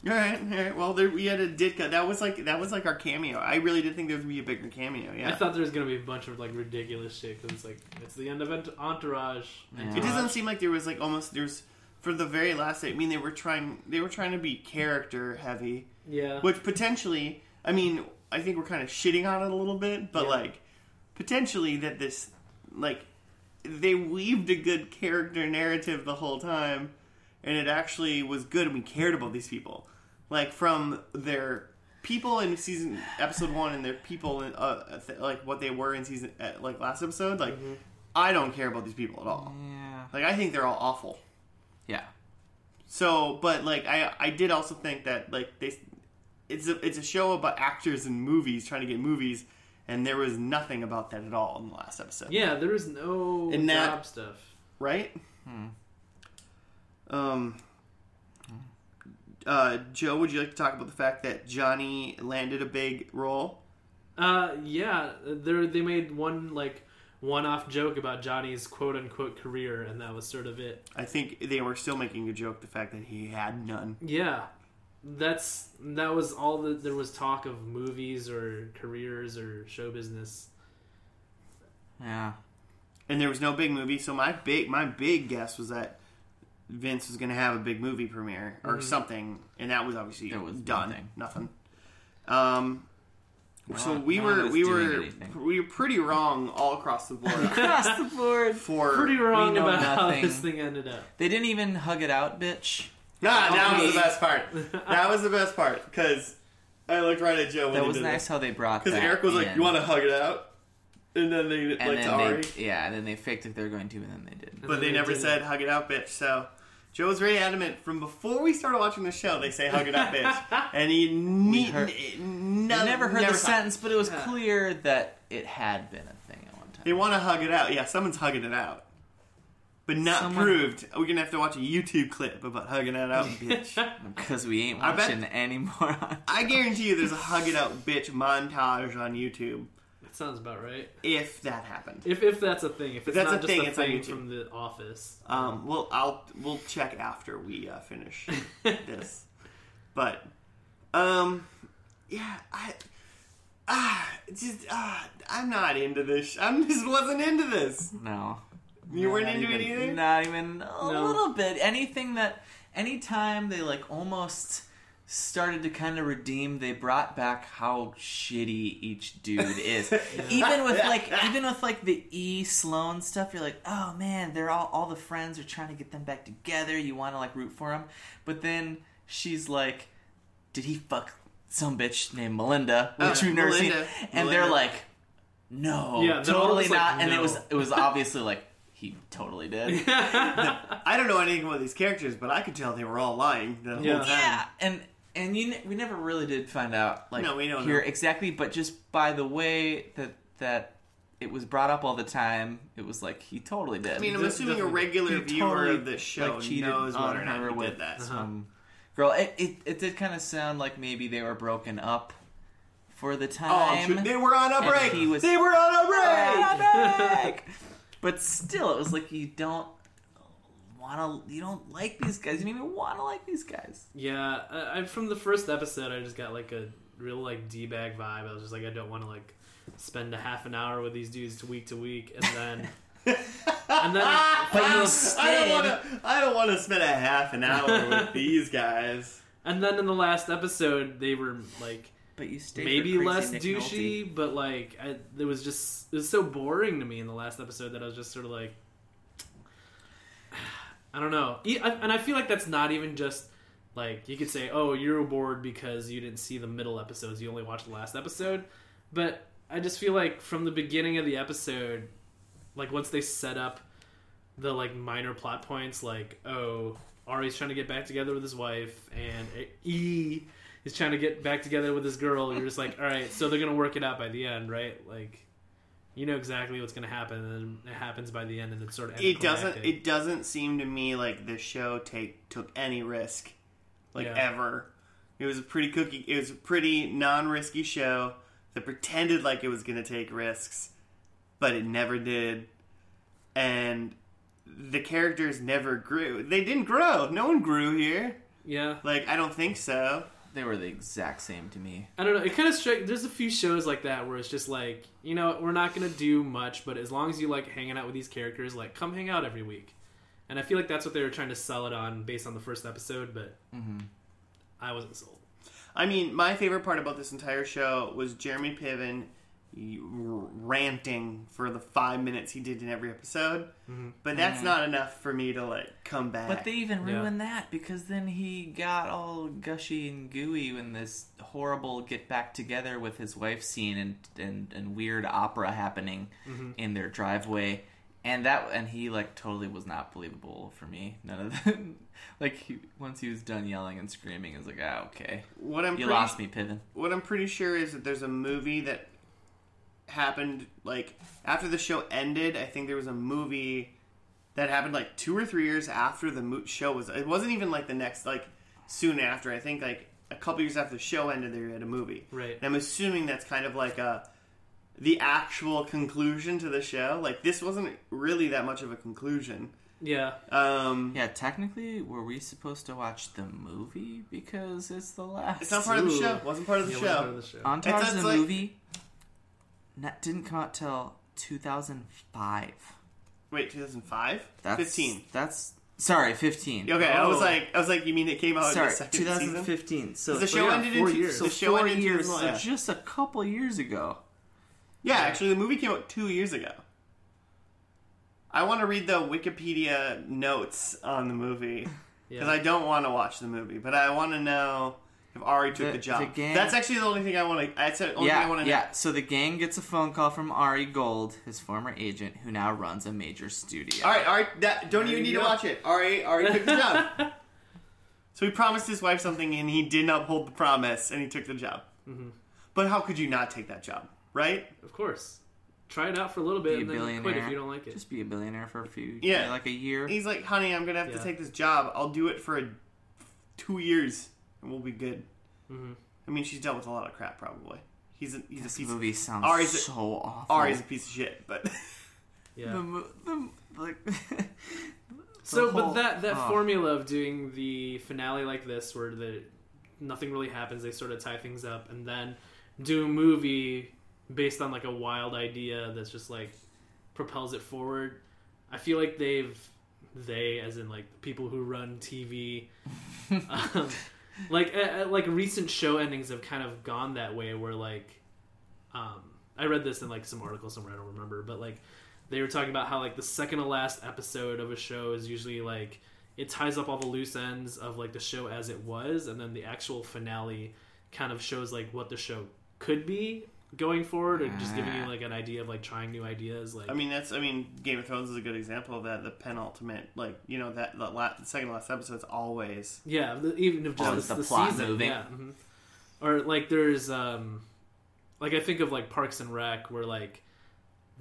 [SPEAKER 1] All right, all right. Well, there, we had a Ditka. That was like that was like our cameo. I really did think there would be a bigger cameo.
[SPEAKER 2] I
[SPEAKER 1] Yeah,
[SPEAKER 2] thought there was gonna be a bunch of like ridiculous shit because it's like it's the end of Ent- Entourage.
[SPEAKER 1] it doesn't seem like there was like almost there's for the very last. I mean, they were trying they were trying to be character heavy.
[SPEAKER 2] Yeah.
[SPEAKER 1] Which potentially, I mean, I think we're kind of shitting on it a little bit, but
[SPEAKER 2] Yeah.
[SPEAKER 1] like potentially that this like they weaved a good character narrative the whole time, and it actually was good, and we cared about these people, like from their people in season episode one and their people in, uh, th- like what they were in season uh, like last episode. Like, I don't care about these people at all.
[SPEAKER 3] yeah.
[SPEAKER 1] Like, I think they're all awful.
[SPEAKER 3] Yeah.
[SPEAKER 1] So, but like I, I did also think that like they, it's a it's a show about actors and movies trying to get movies, and there was nothing about that at all in the last episode,
[SPEAKER 2] Yeah, there was no
[SPEAKER 1] And that-
[SPEAKER 2] job stuff.
[SPEAKER 1] right? Um. Uh, Joe, would you like to talk about the fact that Johnny landed a big role?
[SPEAKER 2] Uh, yeah, there they made one like one-off joke about Johnny's quote-unquote career, and that was sort of it.
[SPEAKER 1] I think they were still making a joke the fact that he had none.
[SPEAKER 2] Yeah, that's that was all that there was talk of movies or careers or show business.
[SPEAKER 3] Yeah.
[SPEAKER 1] and there was no big movie. So my big my big guess was that Vince was going to have a big movie premiere or something, and that was obviously
[SPEAKER 3] There Mm-hmm. was
[SPEAKER 1] done.
[SPEAKER 3] nothing.
[SPEAKER 1] Nothing. Um. so
[SPEAKER 3] one-
[SPEAKER 1] we
[SPEAKER 3] no one
[SPEAKER 1] were
[SPEAKER 3] was
[SPEAKER 1] we
[SPEAKER 3] doing
[SPEAKER 1] were
[SPEAKER 3] anything.
[SPEAKER 1] we were pretty wrong all across the board
[SPEAKER 3] Across the board.
[SPEAKER 1] for
[SPEAKER 2] Pretty wrong
[SPEAKER 3] know
[SPEAKER 2] about how
[SPEAKER 3] nothing.
[SPEAKER 2] this thing ended up.
[SPEAKER 3] They didn't even hug it out, bitch.
[SPEAKER 1] Nah, that was
[SPEAKER 3] Okay.
[SPEAKER 1] the best part. That was the best part because I looked right at Joe. When
[SPEAKER 3] That
[SPEAKER 1] he
[SPEAKER 3] was
[SPEAKER 1] did
[SPEAKER 3] nice how they brought that.
[SPEAKER 1] because Eric was like,
[SPEAKER 3] in.
[SPEAKER 1] "You want to hug it out," and then they like
[SPEAKER 3] And
[SPEAKER 1] to
[SPEAKER 3] then
[SPEAKER 1] Ari,
[SPEAKER 3] they, yeah, and then they faked like they were going to, and then they didn't.
[SPEAKER 1] but they
[SPEAKER 2] They
[SPEAKER 1] never
[SPEAKER 2] didn't.
[SPEAKER 1] said "hug it out, bitch." So. Joe was very adamant from before we started watching the show. They say "hug it out, bitch," and he ne-
[SPEAKER 3] heard-
[SPEAKER 1] n-
[SPEAKER 3] I never heard the
[SPEAKER 1] saw-
[SPEAKER 3] sentence, but it was clear that it had been a thing at one time.
[SPEAKER 1] They want to hug it out. Yeah, someone's hugging it out, but not
[SPEAKER 3] Someone-
[SPEAKER 1] proved. We're gonna have to watch a YouTube clip about hugging it out, bitch.
[SPEAKER 3] Because we ain't
[SPEAKER 1] I bet-
[SPEAKER 3] watching anymore.
[SPEAKER 1] I guarantee you, there's a hug it out, bitch montage on YouTube
[SPEAKER 2] That sounds about right.
[SPEAKER 1] if that happened.
[SPEAKER 2] If if that's a thing, if it's
[SPEAKER 1] that's
[SPEAKER 2] not
[SPEAKER 1] a
[SPEAKER 2] just
[SPEAKER 1] thing,
[SPEAKER 2] a
[SPEAKER 1] it's on
[SPEAKER 2] thing
[SPEAKER 1] YouTube.
[SPEAKER 2] from the office.
[SPEAKER 1] Um, well, I'll we'll check after we uh, finish this, but um, yeah, I ah just ah, I'm not into this. I'm just wasn't into this.
[SPEAKER 3] no.
[SPEAKER 1] You weren't
[SPEAKER 3] Not
[SPEAKER 1] into
[SPEAKER 3] even-
[SPEAKER 1] it either.
[SPEAKER 3] Not even a
[SPEAKER 2] No.
[SPEAKER 3] little bit. Anything that, anytime they like almost started to kind of redeem, they brought back how shitty each dude is. Even with like, even with like the E Sloan stuff, you're like, oh man, they're all all the friends are trying to get them back together. You want to like root for them, but then she's like, did he fuck some bitch named Melinda? Which
[SPEAKER 1] Oh,
[SPEAKER 3] you never seen,
[SPEAKER 1] Melinda.
[SPEAKER 3] and
[SPEAKER 1] Melinda.
[SPEAKER 3] they're like no,
[SPEAKER 2] Yeah, they're all
[SPEAKER 3] totally
[SPEAKER 2] just like,
[SPEAKER 3] not. And
[SPEAKER 2] no.
[SPEAKER 3] it was it was obviously like he totally did.
[SPEAKER 1] I don't know anything about these characters, but I could tell they were all lying the whole
[SPEAKER 2] Yeah.
[SPEAKER 1] time.
[SPEAKER 3] yeah, Um, and and you ne- we never really did find out like
[SPEAKER 1] No, we don't
[SPEAKER 3] here
[SPEAKER 1] know.
[SPEAKER 3] exactly, but just by the way that that it was brought up all the time, it was like he totally did.
[SPEAKER 1] I mean, I'm
[SPEAKER 2] He
[SPEAKER 1] assuming a
[SPEAKER 2] definitely-
[SPEAKER 1] regular
[SPEAKER 3] he
[SPEAKER 1] viewer
[SPEAKER 3] totally,
[SPEAKER 1] of this show
[SPEAKER 3] like, cheated
[SPEAKER 1] knows
[SPEAKER 3] on
[SPEAKER 1] whether or
[SPEAKER 3] her
[SPEAKER 1] not he
[SPEAKER 3] with uh-huh.
[SPEAKER 1] did that.
[SPEAKER 3] some girl. It it, it did kind of sound like maybe they were broken up for the time.
[SPEAKER 1] Oh, I'm sure- they were on a
[SPEAKER 3] And
[SPEAKER 1] break.
[SPEAKER 3] he was-
[SPEAKER 1] They were on a break.
[SPEAKER 3] Back! but still, it was like you don't want to. You don't like these guys. You don't even want to like these guys.
[SPEAKER 2] Yeah, I, I, from the first episode, I just got like a real like d bag vibe. I was just like, I don't want to like spend a half an hour with these dudes week to week, and then and then
[SPEAKER 3] But you
[SPEAKER 1] I don't
[SPEAKER 3] stayed.
[SPEAKER 1] want to. I don't want to spend a half an hour with these guys.
[SPEAKER 2] and then in the last episode, they were like
[SPEAKER 3] But you stayed. for
[SPEAKER 2] maybe
[SPEAKER 3] crazy
[SPEAKER 2] less
[SPEAKER 3] Nick Nolte.
[SPEAKER 2] douchey, but like I, it was just it was so boring to me in the last episode that I was just sort of like, I don't know, E- I- and I feel like that's not even just like you could say, oh, you're bored because you didn't see the middle episodes, you only watched the last episode, but I just feel like from the beginning of the episode, like once they set up the like minor plot points, like oh, Ari's trying to get back together with his wife, and E is trying to get back together with his girl. You're just like, all right, so they're gonna work it out by the end, right? Like, you know exactly what's gonna happen, and it happens by the end, and it's sort of
[SPEAKER 1] It doesn't.
[SPEAKER 2] anticlimactic.
[SPEAKER 1] It doesn't seem to me like this show take took any risk, like
[SPEAKER 2] Yeah.
[SPEAKER 1] ever. It was a pretty cookie. It was a pretty non-risky show that pretended like it was going to take risks, but it never did. And the characters never grew. They didn't grow. No one grew here.
[SPEAKER 2] yeah,
[SPEAKER 1] Like I don't think so.
[SPEAKER 3] They were the exact same to me.
[SPEAKER 2] I don't know. It kind of straight. There's a few shows like that where it's just like, you know, we're not gonna do much, but as long as you like hanging out with these characters, like, come hang out every week. And I feel like that's what they were trying to sell it on based on the first episode, but
[SPEAKER 3] Mm-hmm.
[SPEAKER 2] I wasn't sold.
[SPEAKER 1] I mean, my favorite part about this entire show was Jeremy Piven y- r- ranting for the five minutes he did in every episode, but that's not enough for me to like come back.
[SPEAKER 3] Mm-hmm. But they even
[SPEAKER 2] Yeah.
[SPEAKER 3] ruined that because then he got all gushy and gooey when this horrible get back together with his wife scene and and, and weird opera happening
[SPEAKER 1] Mm-hmm.
[SPEAKER 3] in their driveway. And that and he like totally was not believable for me. None of them like he, once he was done yelling and screaming, I was like, ah, okay,
[SPEAKER 1] what I'm
[SPEAKER 3] you
[SPEAKER 1] pretty,
[SPEAKER 3] lost me, Piven.
[SPEAKER 1] what I'm pretty sure is that there's a movie that happened like after the show ended. I think there was a movie that happened like two or three years after the mo- show was. It wasn't even like the next like soon after. I think like a couple years after the show ended, they had a movie.
[SPEAKER 2] Right.
[SPEAKER 1] And I'm assuming that's kind of like a the actual conclusion to the show. Like this wasn't really that much of a conclusion.
[SPEAKER 2] Yeah,
[SPEAKER 1] Um,
[SPEAKER 3] Yeah, technically, were we supposed to watch the movie because it's the last?
[SPEAKER 1] It's not part of the
[SPEAKER 2] Ooh.
[SPEAKER 1] show. Wasn't part of the
[SPEAKER 2] Yeah, it wasn't
[SPEAKER 1] show.
[SPEAKER 2] part of the show.
[SPEAKER 3] Entourage
[SPEAKER 1] It's-
[SPEAKER 3] the
[SPEAKER 1] it's like-
[SPEAKER 3] movie not, didn't come out till 2005.
[SPEAKER 1] Wait, 2005,
[SPEAKER 3] That's
[SPEAKER 1] 15.
[SPEAKER 3] That's sorry, 15.
[SPEAKER 1] Okay, I was
[SPEAKER 2] Oh.
[SPEAKER 1] like, I was like, you mean it came out in
[SPEAKER 3] Sorry,
[SPEAKER 1] the second season?
[SPEAKER 3] 2015. So
[SPEAKER 1] The show
[SPEAKER 2] yeah,
[SPEAKER 1] ended
[SPEAKER 2] four
[SPEAKER 1] in two-
[SPEAKER 2] years.
[SPEAKER 1] the
[SPEAKER 3] so
[SPEAKER 1] show
[SPEAKER 3] four
[SPEAKER 1] ended in
[SPEAKER 3] years,
[SPEAKER 1] 2000,
[SPEAKER 3] so
[SPEAKER 1] yeah.
[SPEAKER 3] just a couple years ago.
[SPEAKER 1] Yeah, actually, the movie came out two years ago. I want to read the Wikipedia notes on the movie because
[SPEAKER 2] yeah.
[SPEAKER 1] I don't want to watch the movie, but I want to know if Ari took the,
[SPEAKER 3] The-
[SPEAKER 1] job.
[SPEAKER 3] the gang-
[SPEAKER 1] That's actually the only thing I want to. That's the only thing I
[SPEAKER 3] yeah,
[SPEAKER 1] want to know.
[SPEAKER 3] yeah. So the gang gets a phone call from Ari Gold, his former agent, who now runs a major studio.
[SPEAKER 1] All right, Ari, that don't even
[SPEAKER 2] you
[SPEAKER 1] need to
[SPEAKER 2] go.
[SPEAKER 1] watch it. Ari, Ari took the job. So he promised his wife something, and he did not uphold the promise, and he took the job.
[SPEAKER 2] Mm-hmm.
[SPEAKER 1] But how could you not take that job, right?
[SPEAKER 2] of course. Try it out for a little bit
[SPEAKER 3] Be a
[SPEAKER 2] and then quit if
[SPEAKER 3] billionaire.
[SPEAKER 2] you don't like it.
[SPEAKER 3] Just be a billionaire for a few,
[SPEAKER 1] Yeah.
[SPEAKER 3] like a year.
[SPEAKER 1] He's like, honey, I'm gonna have to
[SPEAKER 2] Yeah.
[SPEAKER 1] take this job. I'll do it for a, two years, and we'll be good.
[SPEAKER 2] Mm-hmm.
[SPEAKER 1] I mean, she's dealt with a lot of crap, probably. He's a, he's
[SPEAKER 3] This
[SPEAKER 1] a piece. Of,
[SPEAKER 3] movie sounds
[SPEAKER 1] Ari's a-
[SPEAKER 3] so awful.
[SPEAKER 1] Ari's a piece of shit, but
[SPEAKER 2] Yeah.
[SPEAKER 3] the, mo- the, like,
[SPEAKER 2] So,
[SPEAKER 3] The
[SPEAKER 2] but
[SPEAKER 3] whole-
[SPEAKER 2] that that
[SPEAKER 3] oh.
[SPEAKER 2] formula of doing the finale like this, where the nothing really happens, they sort of tie things up, and then do a movie based on like a wild idea that's just like propels it forward. I feel like they've they, as in like people who run TV, um, like uh, uh, like recent show endings have kind of gone that way, where like um, I read this in like some article somewhere I don't remember, but like they were talking about how like the second to last episode of a show is usually like it ties up all the loose ends of like the show as it was, and then the actual finale kind of shows like what the show could be going forward, or just giving you like an idea of like trying new ideas. Like
[SPEAKER 1] I mean, that's I mean, Game of Thrones is a good example of that. The penultimate, like you know, that the, la the second to last episode's always
[SPEAKER 2] Yeah, the, even if just
[SPEAKER 3] Oh,
[SPEAKER 2] the,
[SPEAKER 3] the
[SPEAKER 2] the
[SPEAKER 3] plot
[SPEAKER 2] season,
[SPEAKER 3] moving.
[SPEAKER 2] yeah. mhm. Or like there's um like I think of like Parks and Rec where like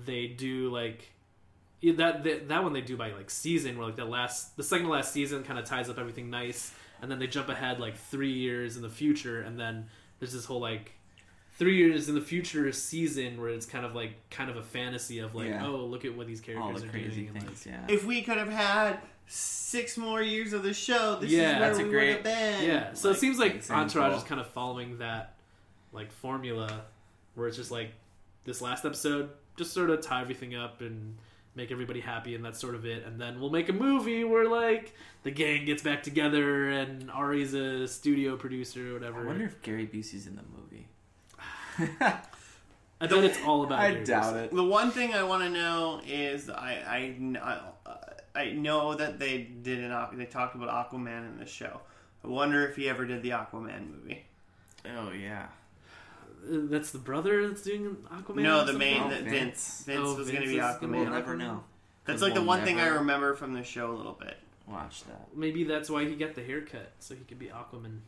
[SPEAKER 2] they do like yeah, that that, that one they do by like season where like the last the second to last season kind of ties up everything nice and then they jump ahead like 3 years in the future and then there's this whole like three years in the future season where it's kind of like kind of a fantasy of like
[SPEAKER 3] Yeah.
[SPEAKER 2] oh look at what these
[SPEAKER 3] all
[SPEAKER 2] characters
[SPEAKER 3] the
[SPEAKER 2] are
[SPEAKER 3] crazy
[SPEAKER 2] doing and,
[SPEAKER 3] things. Yeah.
[SPEAKER 1] If we could have had six more years of the show, this is
[SPEAKER 2] Yeah,
[SPEAKER 1] where
[SPEAKER 2] that's
[SPEAKER 3] a
[SPEAKER 1] we
[SPEAKER 3] great-
[SPEAKER 1] would have been.
[SPEAKER 2] like, yeah so it seems like
[SPEAKER 3] example.
[SPEAKER 2] entourage is kind of following that like formula where it's just like this last episode just sort of tie everything up and make everybody happy and that's sort of it and then we'll make a movie where like the gang gets back together and ari's a studio producer or whatever
[SPEAKER 3] I wonder if Gary Busey's in the movie.
[SPEAKER 2] I bet it's all about
[SPEAKER 3] I
[SPEAKER 2] Gary
[SPEAKER 3] doubt
[SPEAKER 2] Busey.
[SPEAKER 3] it.
[SPEAKER 1] The one thing I want to know is I I kn- uh, I know that they did an Aqu- they talked about Aquaman in this show. I wonder if he ever did the Aquaman movie.
[SPEAKER 3] Oh yeah.
[SPEAKER 2] Uh, that's the brother that's doing aquaman
[SPEAKER 1] no,
[SPEAKER 2] or
[SPEAKER 1] the
[SPEAKER 2] something?
[SPEAKER 1] main
[SPEAKER 3] no,
[SPEAKER 1] that Vince
[SPEAKER 3] Vince.
[SPEAKER 1] Vince
[SPEAKER 2] Oh,
[SPEAKER 1] was
[SPEAKER 2] Vince
[SPEAKER 1] going to be
[SPEAKER 2] is gonna be
[SPEAKER 1] Aquaman.
[SPEAKER 3] We'll never know.
[SPEAKER 1] That's like the
[SPEAKER 3] We'll
[SPEAKER 1] one thing I
[SPEAKER 3] never
[SPEAKER 1] remember from the show a little bit.
[SPEAKER 3] Watch that.
[SPEAKER 2] Maybe that's why he got the haircut, so he could be Aquaman.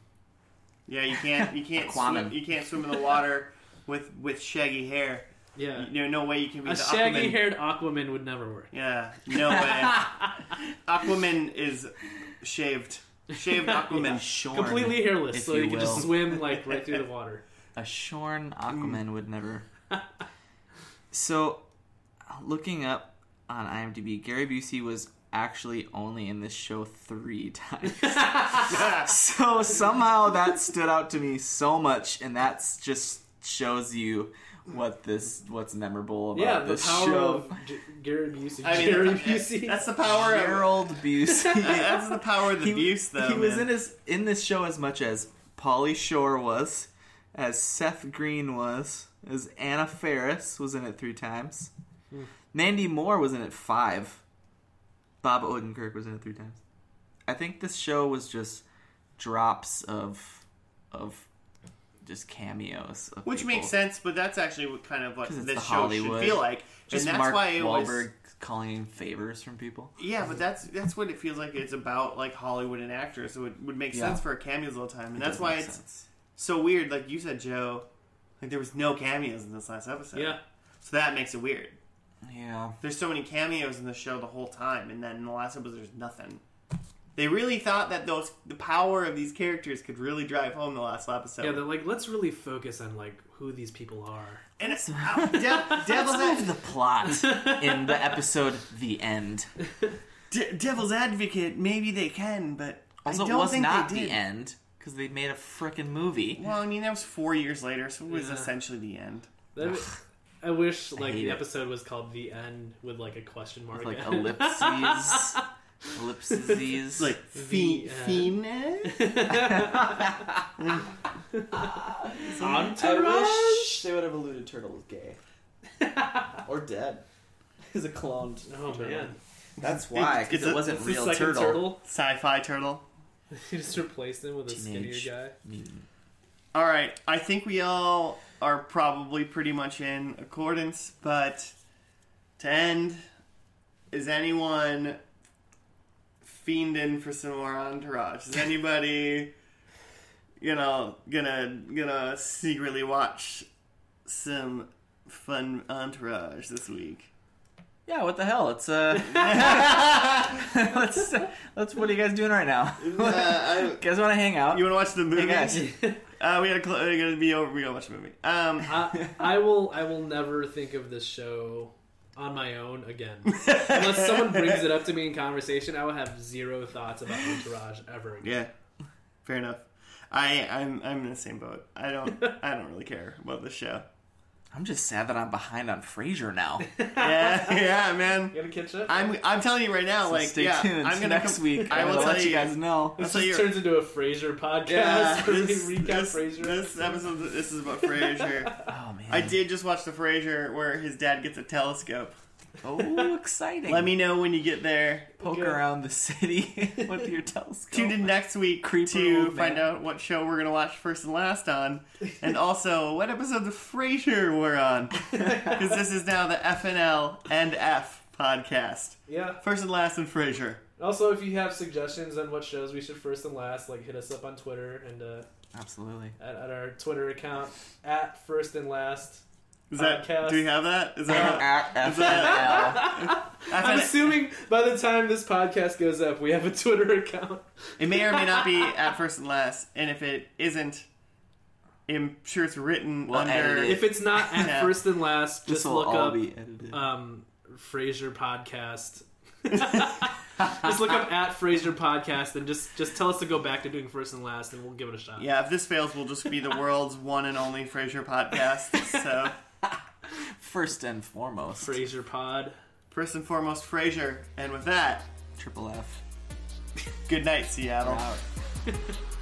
[SPEAKER 1] Yeah, you can't you can't swim,
[SPEAKER 3] Aquaman.
[SPEAKER 1] you can't swim in the water with with shaggy hair.
[SPEAKER 2] Yeah.
[SPEAKER 1] You know, no way you can be
[SPEAKER 2] A
[SPEAKER 1] the
[SPEAKER 2] shaggy
[SPEAKER 1] Aquaman.
[SPEAKER 2] haired Aquaman would never work.
[SPEAKER 1] Yeah, no way. Aquaman is shaved, shaved Aquaman.
[SPEAKER 3] A shorn,
[SPEAKER 2] Completely hairless,
[SPEAKER 3] if
[SPEAKER 2] so he
[SPEAKER 3] you
[SPEAKER 2] could just
[SPEAKER 3] will.
[SPEAKER 2] swim like right through the water.
[SPEAKER 3] A shorn Aquaman would never. so, looking up on IMDb, Gary Busey was actually only in this show three times. so somehow that stood out to me so much, and that's just shows you what this what's memorable about
[SPEAKER 2] Yeah, the
[SPEAKER 3] this
[SPEAKER 2] power
[SPEAKER 3] show.
[SPEAKER 2] of G- Gary Busey.
[SPEAKER 1] I mean,
[SPEAKER 2] Gary
[SPEAKER 1] that's,
[SPEAKER 2] Busey.
[SPEAKER 1] that's the power of
[SPEAKER 3] Gerald Busey.
[SPEAKER 1] that's the power of the abuse, though.
[SPEAKER 3] he was
[SPEAKER 1] man.
[SPEAKER 3] in his in this show as much as Polly Shore was, as Seth Green was, as Anna Faris was in it three times.
[SPEAKER 1] Hmm.
[SPEAKER 3] Mandy Moore was in it five. Bob Odenkirk was in it three times. I think this show was just drops of of just cameos, of
[SPEAKER 1] which
[SPEAKER 3] people.
[SPEAKER 1] makes sense, but that's actually what kind of what
[SPEAKER 3] 'Cause it's
[SPEAKER 1] this
[SPEAKER 3] the
[SPEAKER 1] show
[SPEAKER 3] Hollywood.
[SPEAKER 1] should feel like,
[SPEAKER 3] Just
[SPEAKER 1] and that's
[SPEAKER 3] Mark
[SPEAKER 1] why it was-
[SPEAKER 3] Wahlberg calling in favors from people.
[SPEAKER 1] Yeah, but that's that's what it feels like. It's about like Hollywood and actors, so it would make
[SPEAKER 3] Yeah.
[SPEAKER 1] sense for a cameos all the time, and
[SPEAKER 3] It
[SPEAKER 1] that's
[SPEAKER 3] does
[SPEAKER 1] why
[SPEAKER 3] make
[SPEAKER 1] it's
[SPEAKER 3] sense.
[SPEAKER 1] so weird. Like you said, Joe, like there was no cameos in this last episode.
[SPEAKER 2] yeah.
[SPEAKER 1] so that makes it weird.
[SPEAKER 3] yeah.
[SPEAKER 1] there's so many cameos in the show the whole time, and then in the last episode, there's nothing. They really thought that those the power of these characters could really drive home the last episode.
[SPEAKER 2] Yeah, they're like, let's really focus on like who these people are.
[SPEAKER 1] and it's, oh, dev, devil's,
[SPEAKER 3] Let's move
[SPEAKER 1] ad,
[SPEAKER 3] the plot in the episode The End.
[SPEAKER 1] de- devil's advocate. Maybe they can, but
[SPEAKER 3] Also,
[SPEAKER 1] I
[SPEAKER 3] it
[SPEAKER 1] don't
[SPEAKER 3] was
[SPEAKER 1] think
[SPEAKER 3] not
[SPEAKER 1] they did.
[SPEAKER 3] the end because they made a frickin' movie.
[SPEAKER 1] Well, I mean that was four years later, so it was
[SPEAKER 2] Yeah.
[SPEAKER 1] essentially the end.
[SPEAKER 2] That- I wish like
[SPEAKER 3] hate
[SPEAKER 2] the
[SPEAKER 3] it.
[SPEAKER 2] episode was called "The End" with like a question mark.
[SPEAKER 3] Like
[SPEAKER 2] at it.
[SPEAKER 3] ellipses, ellipses.
[SPEAKER 1] It's like fe-
[SPEAKER 2] The end.
[SPEAKER 1] Phoenix?
[SPEAKER 2] Entourage.
[SPEAKER 3] they would have alluded Turtle was gay or dead. He's a cloned.
[SPEAKER 2] Oh man,
[SPEAKER 3] That's
[SPEAKER 1] why, 'cause
[SPEAKER 3] because
[SPEAKER 1] It's a-
[SPEAKER 3] it wasn't
[SPEAKER 1] it's a
[SPEAKER 3] real
[SPEAKER 2] second
[SPEAKER 3] turtle.
[SPEAKER 2] turtle.
[SPEAKER 1] Sci-fi turtle.
[SPEAKER 2] You just replaced him with a
[SPEAKER 3] Teenage
[SPEAKER 2] skinnier guy.
[SPEAKER 3] Mutant.
[SPEAKER 1] All right, I think we all are probably pretty much in accordance, but to end, is anyone fiending for some more entourage? Is anybody, you know, gonna gonna secretly watch some fun entourage this week?
[SPEAKER 3] Yeah, what the hell? It's uh, let's let's. What are you guys doing right now?
[SPEAKER 1] Uh, I-
[SPEAKER 3] guys want to hang out?
[SPEAKER 1] you wanna watch the movie?
[SPEAKER 3] hey guys,
[SPEAKER 1] Uh, we gotta cl- we gotta be over. We gotta watch the movie. Um,
[SPEAKER 2] I, I will. I will never think of this show on my own again. Unless someone brings it up to me in conversation, I will have zero thoughts about Entourage ever again.
[SPEAKER 1] Yeah, fair enough. I I'm I'm in the same boat. I don't I don't really care about the show.
[SPEAKER 3] I'm just sad that I'm behind on Frasier now.
[SPEAKER 1] Yeah, yeah, man.
[SPEAKER 2] You gotta catch up.
[SPEAKER 1] I'm I'm telling you right now. like,
[SPEAKER 3] stay
[SPEAKER 1] yeah,
[SPEAKER 3] tuned
[SPEAKER 1] I'm gonna
[SPEAKER 3] next
[SPEAKER 1] come-
[SPEAKER 3] week.
[SPEAKER 1] I
[SPEAKER 3] I
[SPEAKER 1] will
[SPEAKER 3] will let
[SPEAKER 1] tell
[SPEAKER 3] you
[SPEAKER 1] you.
[SPEAKER 3] guys know.
[SPEAKER 1] I'll
[SPEAKER 2] this
[SPEAKER 1] tell you.
[SPEAKER 2] just turns into a Frasier podcast.
[SPEAKER 1] Yeah,
[SPEAKER 2] where we
[SPEAKER 1] this,
[SPEAKER 2] recap
[SPEAKER 1] this,
[SPEAKER 2] Frasier.
[SPEAKER 1] this episode this is about Frasier.
[SPEAKER 3] Oh man,
[SPEAKER 1] I did just watch the Frasier where his dad gets a telescope.
[SPEAKER 3] Oh, exciting!
[SPEAKER 1] Let me know when you get there.
[SPEAKER 3] poke
[SPEAKER 2] Good.
[SPEAKER 3] around the city with your telescope.
[SPEAKER 1] Tune in next week
[SPEAKER 3] Creeper
[SPEAKER 1] to
[SPEAKER 3] old man.
[SPEAKER 1] find out what show we're gonna watch first and last on, and also what episode of Frasier we're on, because this is now the FNL and F podcast.
[SPEAKER 2] Yeah.
[SPEAKER 1] First and last in Frasier.
[SPEAKER 2] Also, if you have suggestions on what shows we should first and last, like hit us up on Twitter and uh,
[SPEAKER 3] Absolutely.
[SPEAKER 2] at, at our Twitter account at first and last.
[SPEAKER 1] Is that?
[SPEAKER 2] Podcast.
[SPEAKER 1] Do we have that? Is that?
[SPEAKER 3] At FNL.
[SPEAKER 1] that-
[SPEAKER 2] I'm assuming by the time this podcast goes up, we have a Twitter account.
[SPEAKER 1] it may or may not be at first and last, and if it isn't, I'm sure it's written
[SPEAKER 3] We'll
[SPEAKER 1] under.
[SPEAKER 3] edit it.
[SPEAKER 2] If it's not at
[SPEAKER 1] Yeah.
[SPEAKER 2] first and last,
[SPEAKER 3] This
[SPEAKER 2] just
[SPEAKER 3] will
[SPEAKER 2] look
[SPEAKER 3] all
[SPEAKER 2] up
[SPEAKER 3] be edited.
[SPEAKER 2] um, Fraser podcast. just look up at Fraser podcast and just just tell us to go back to doing first and last, and we'll give it a shot.
[SPEAKER 1] Yeah, if this fails, we'll just be the world's one and only Frasier podcast. So,
[SPEAKER 3] First and foremost,
[SPEAKER 2] Fraser pod.
[SPEAKER 1] first and foremost, Frasier. And with that,
[SPEAKER 3] triple F.
[SPEAKER 1] good night, Seattle.
[SPEAKER 3] Out.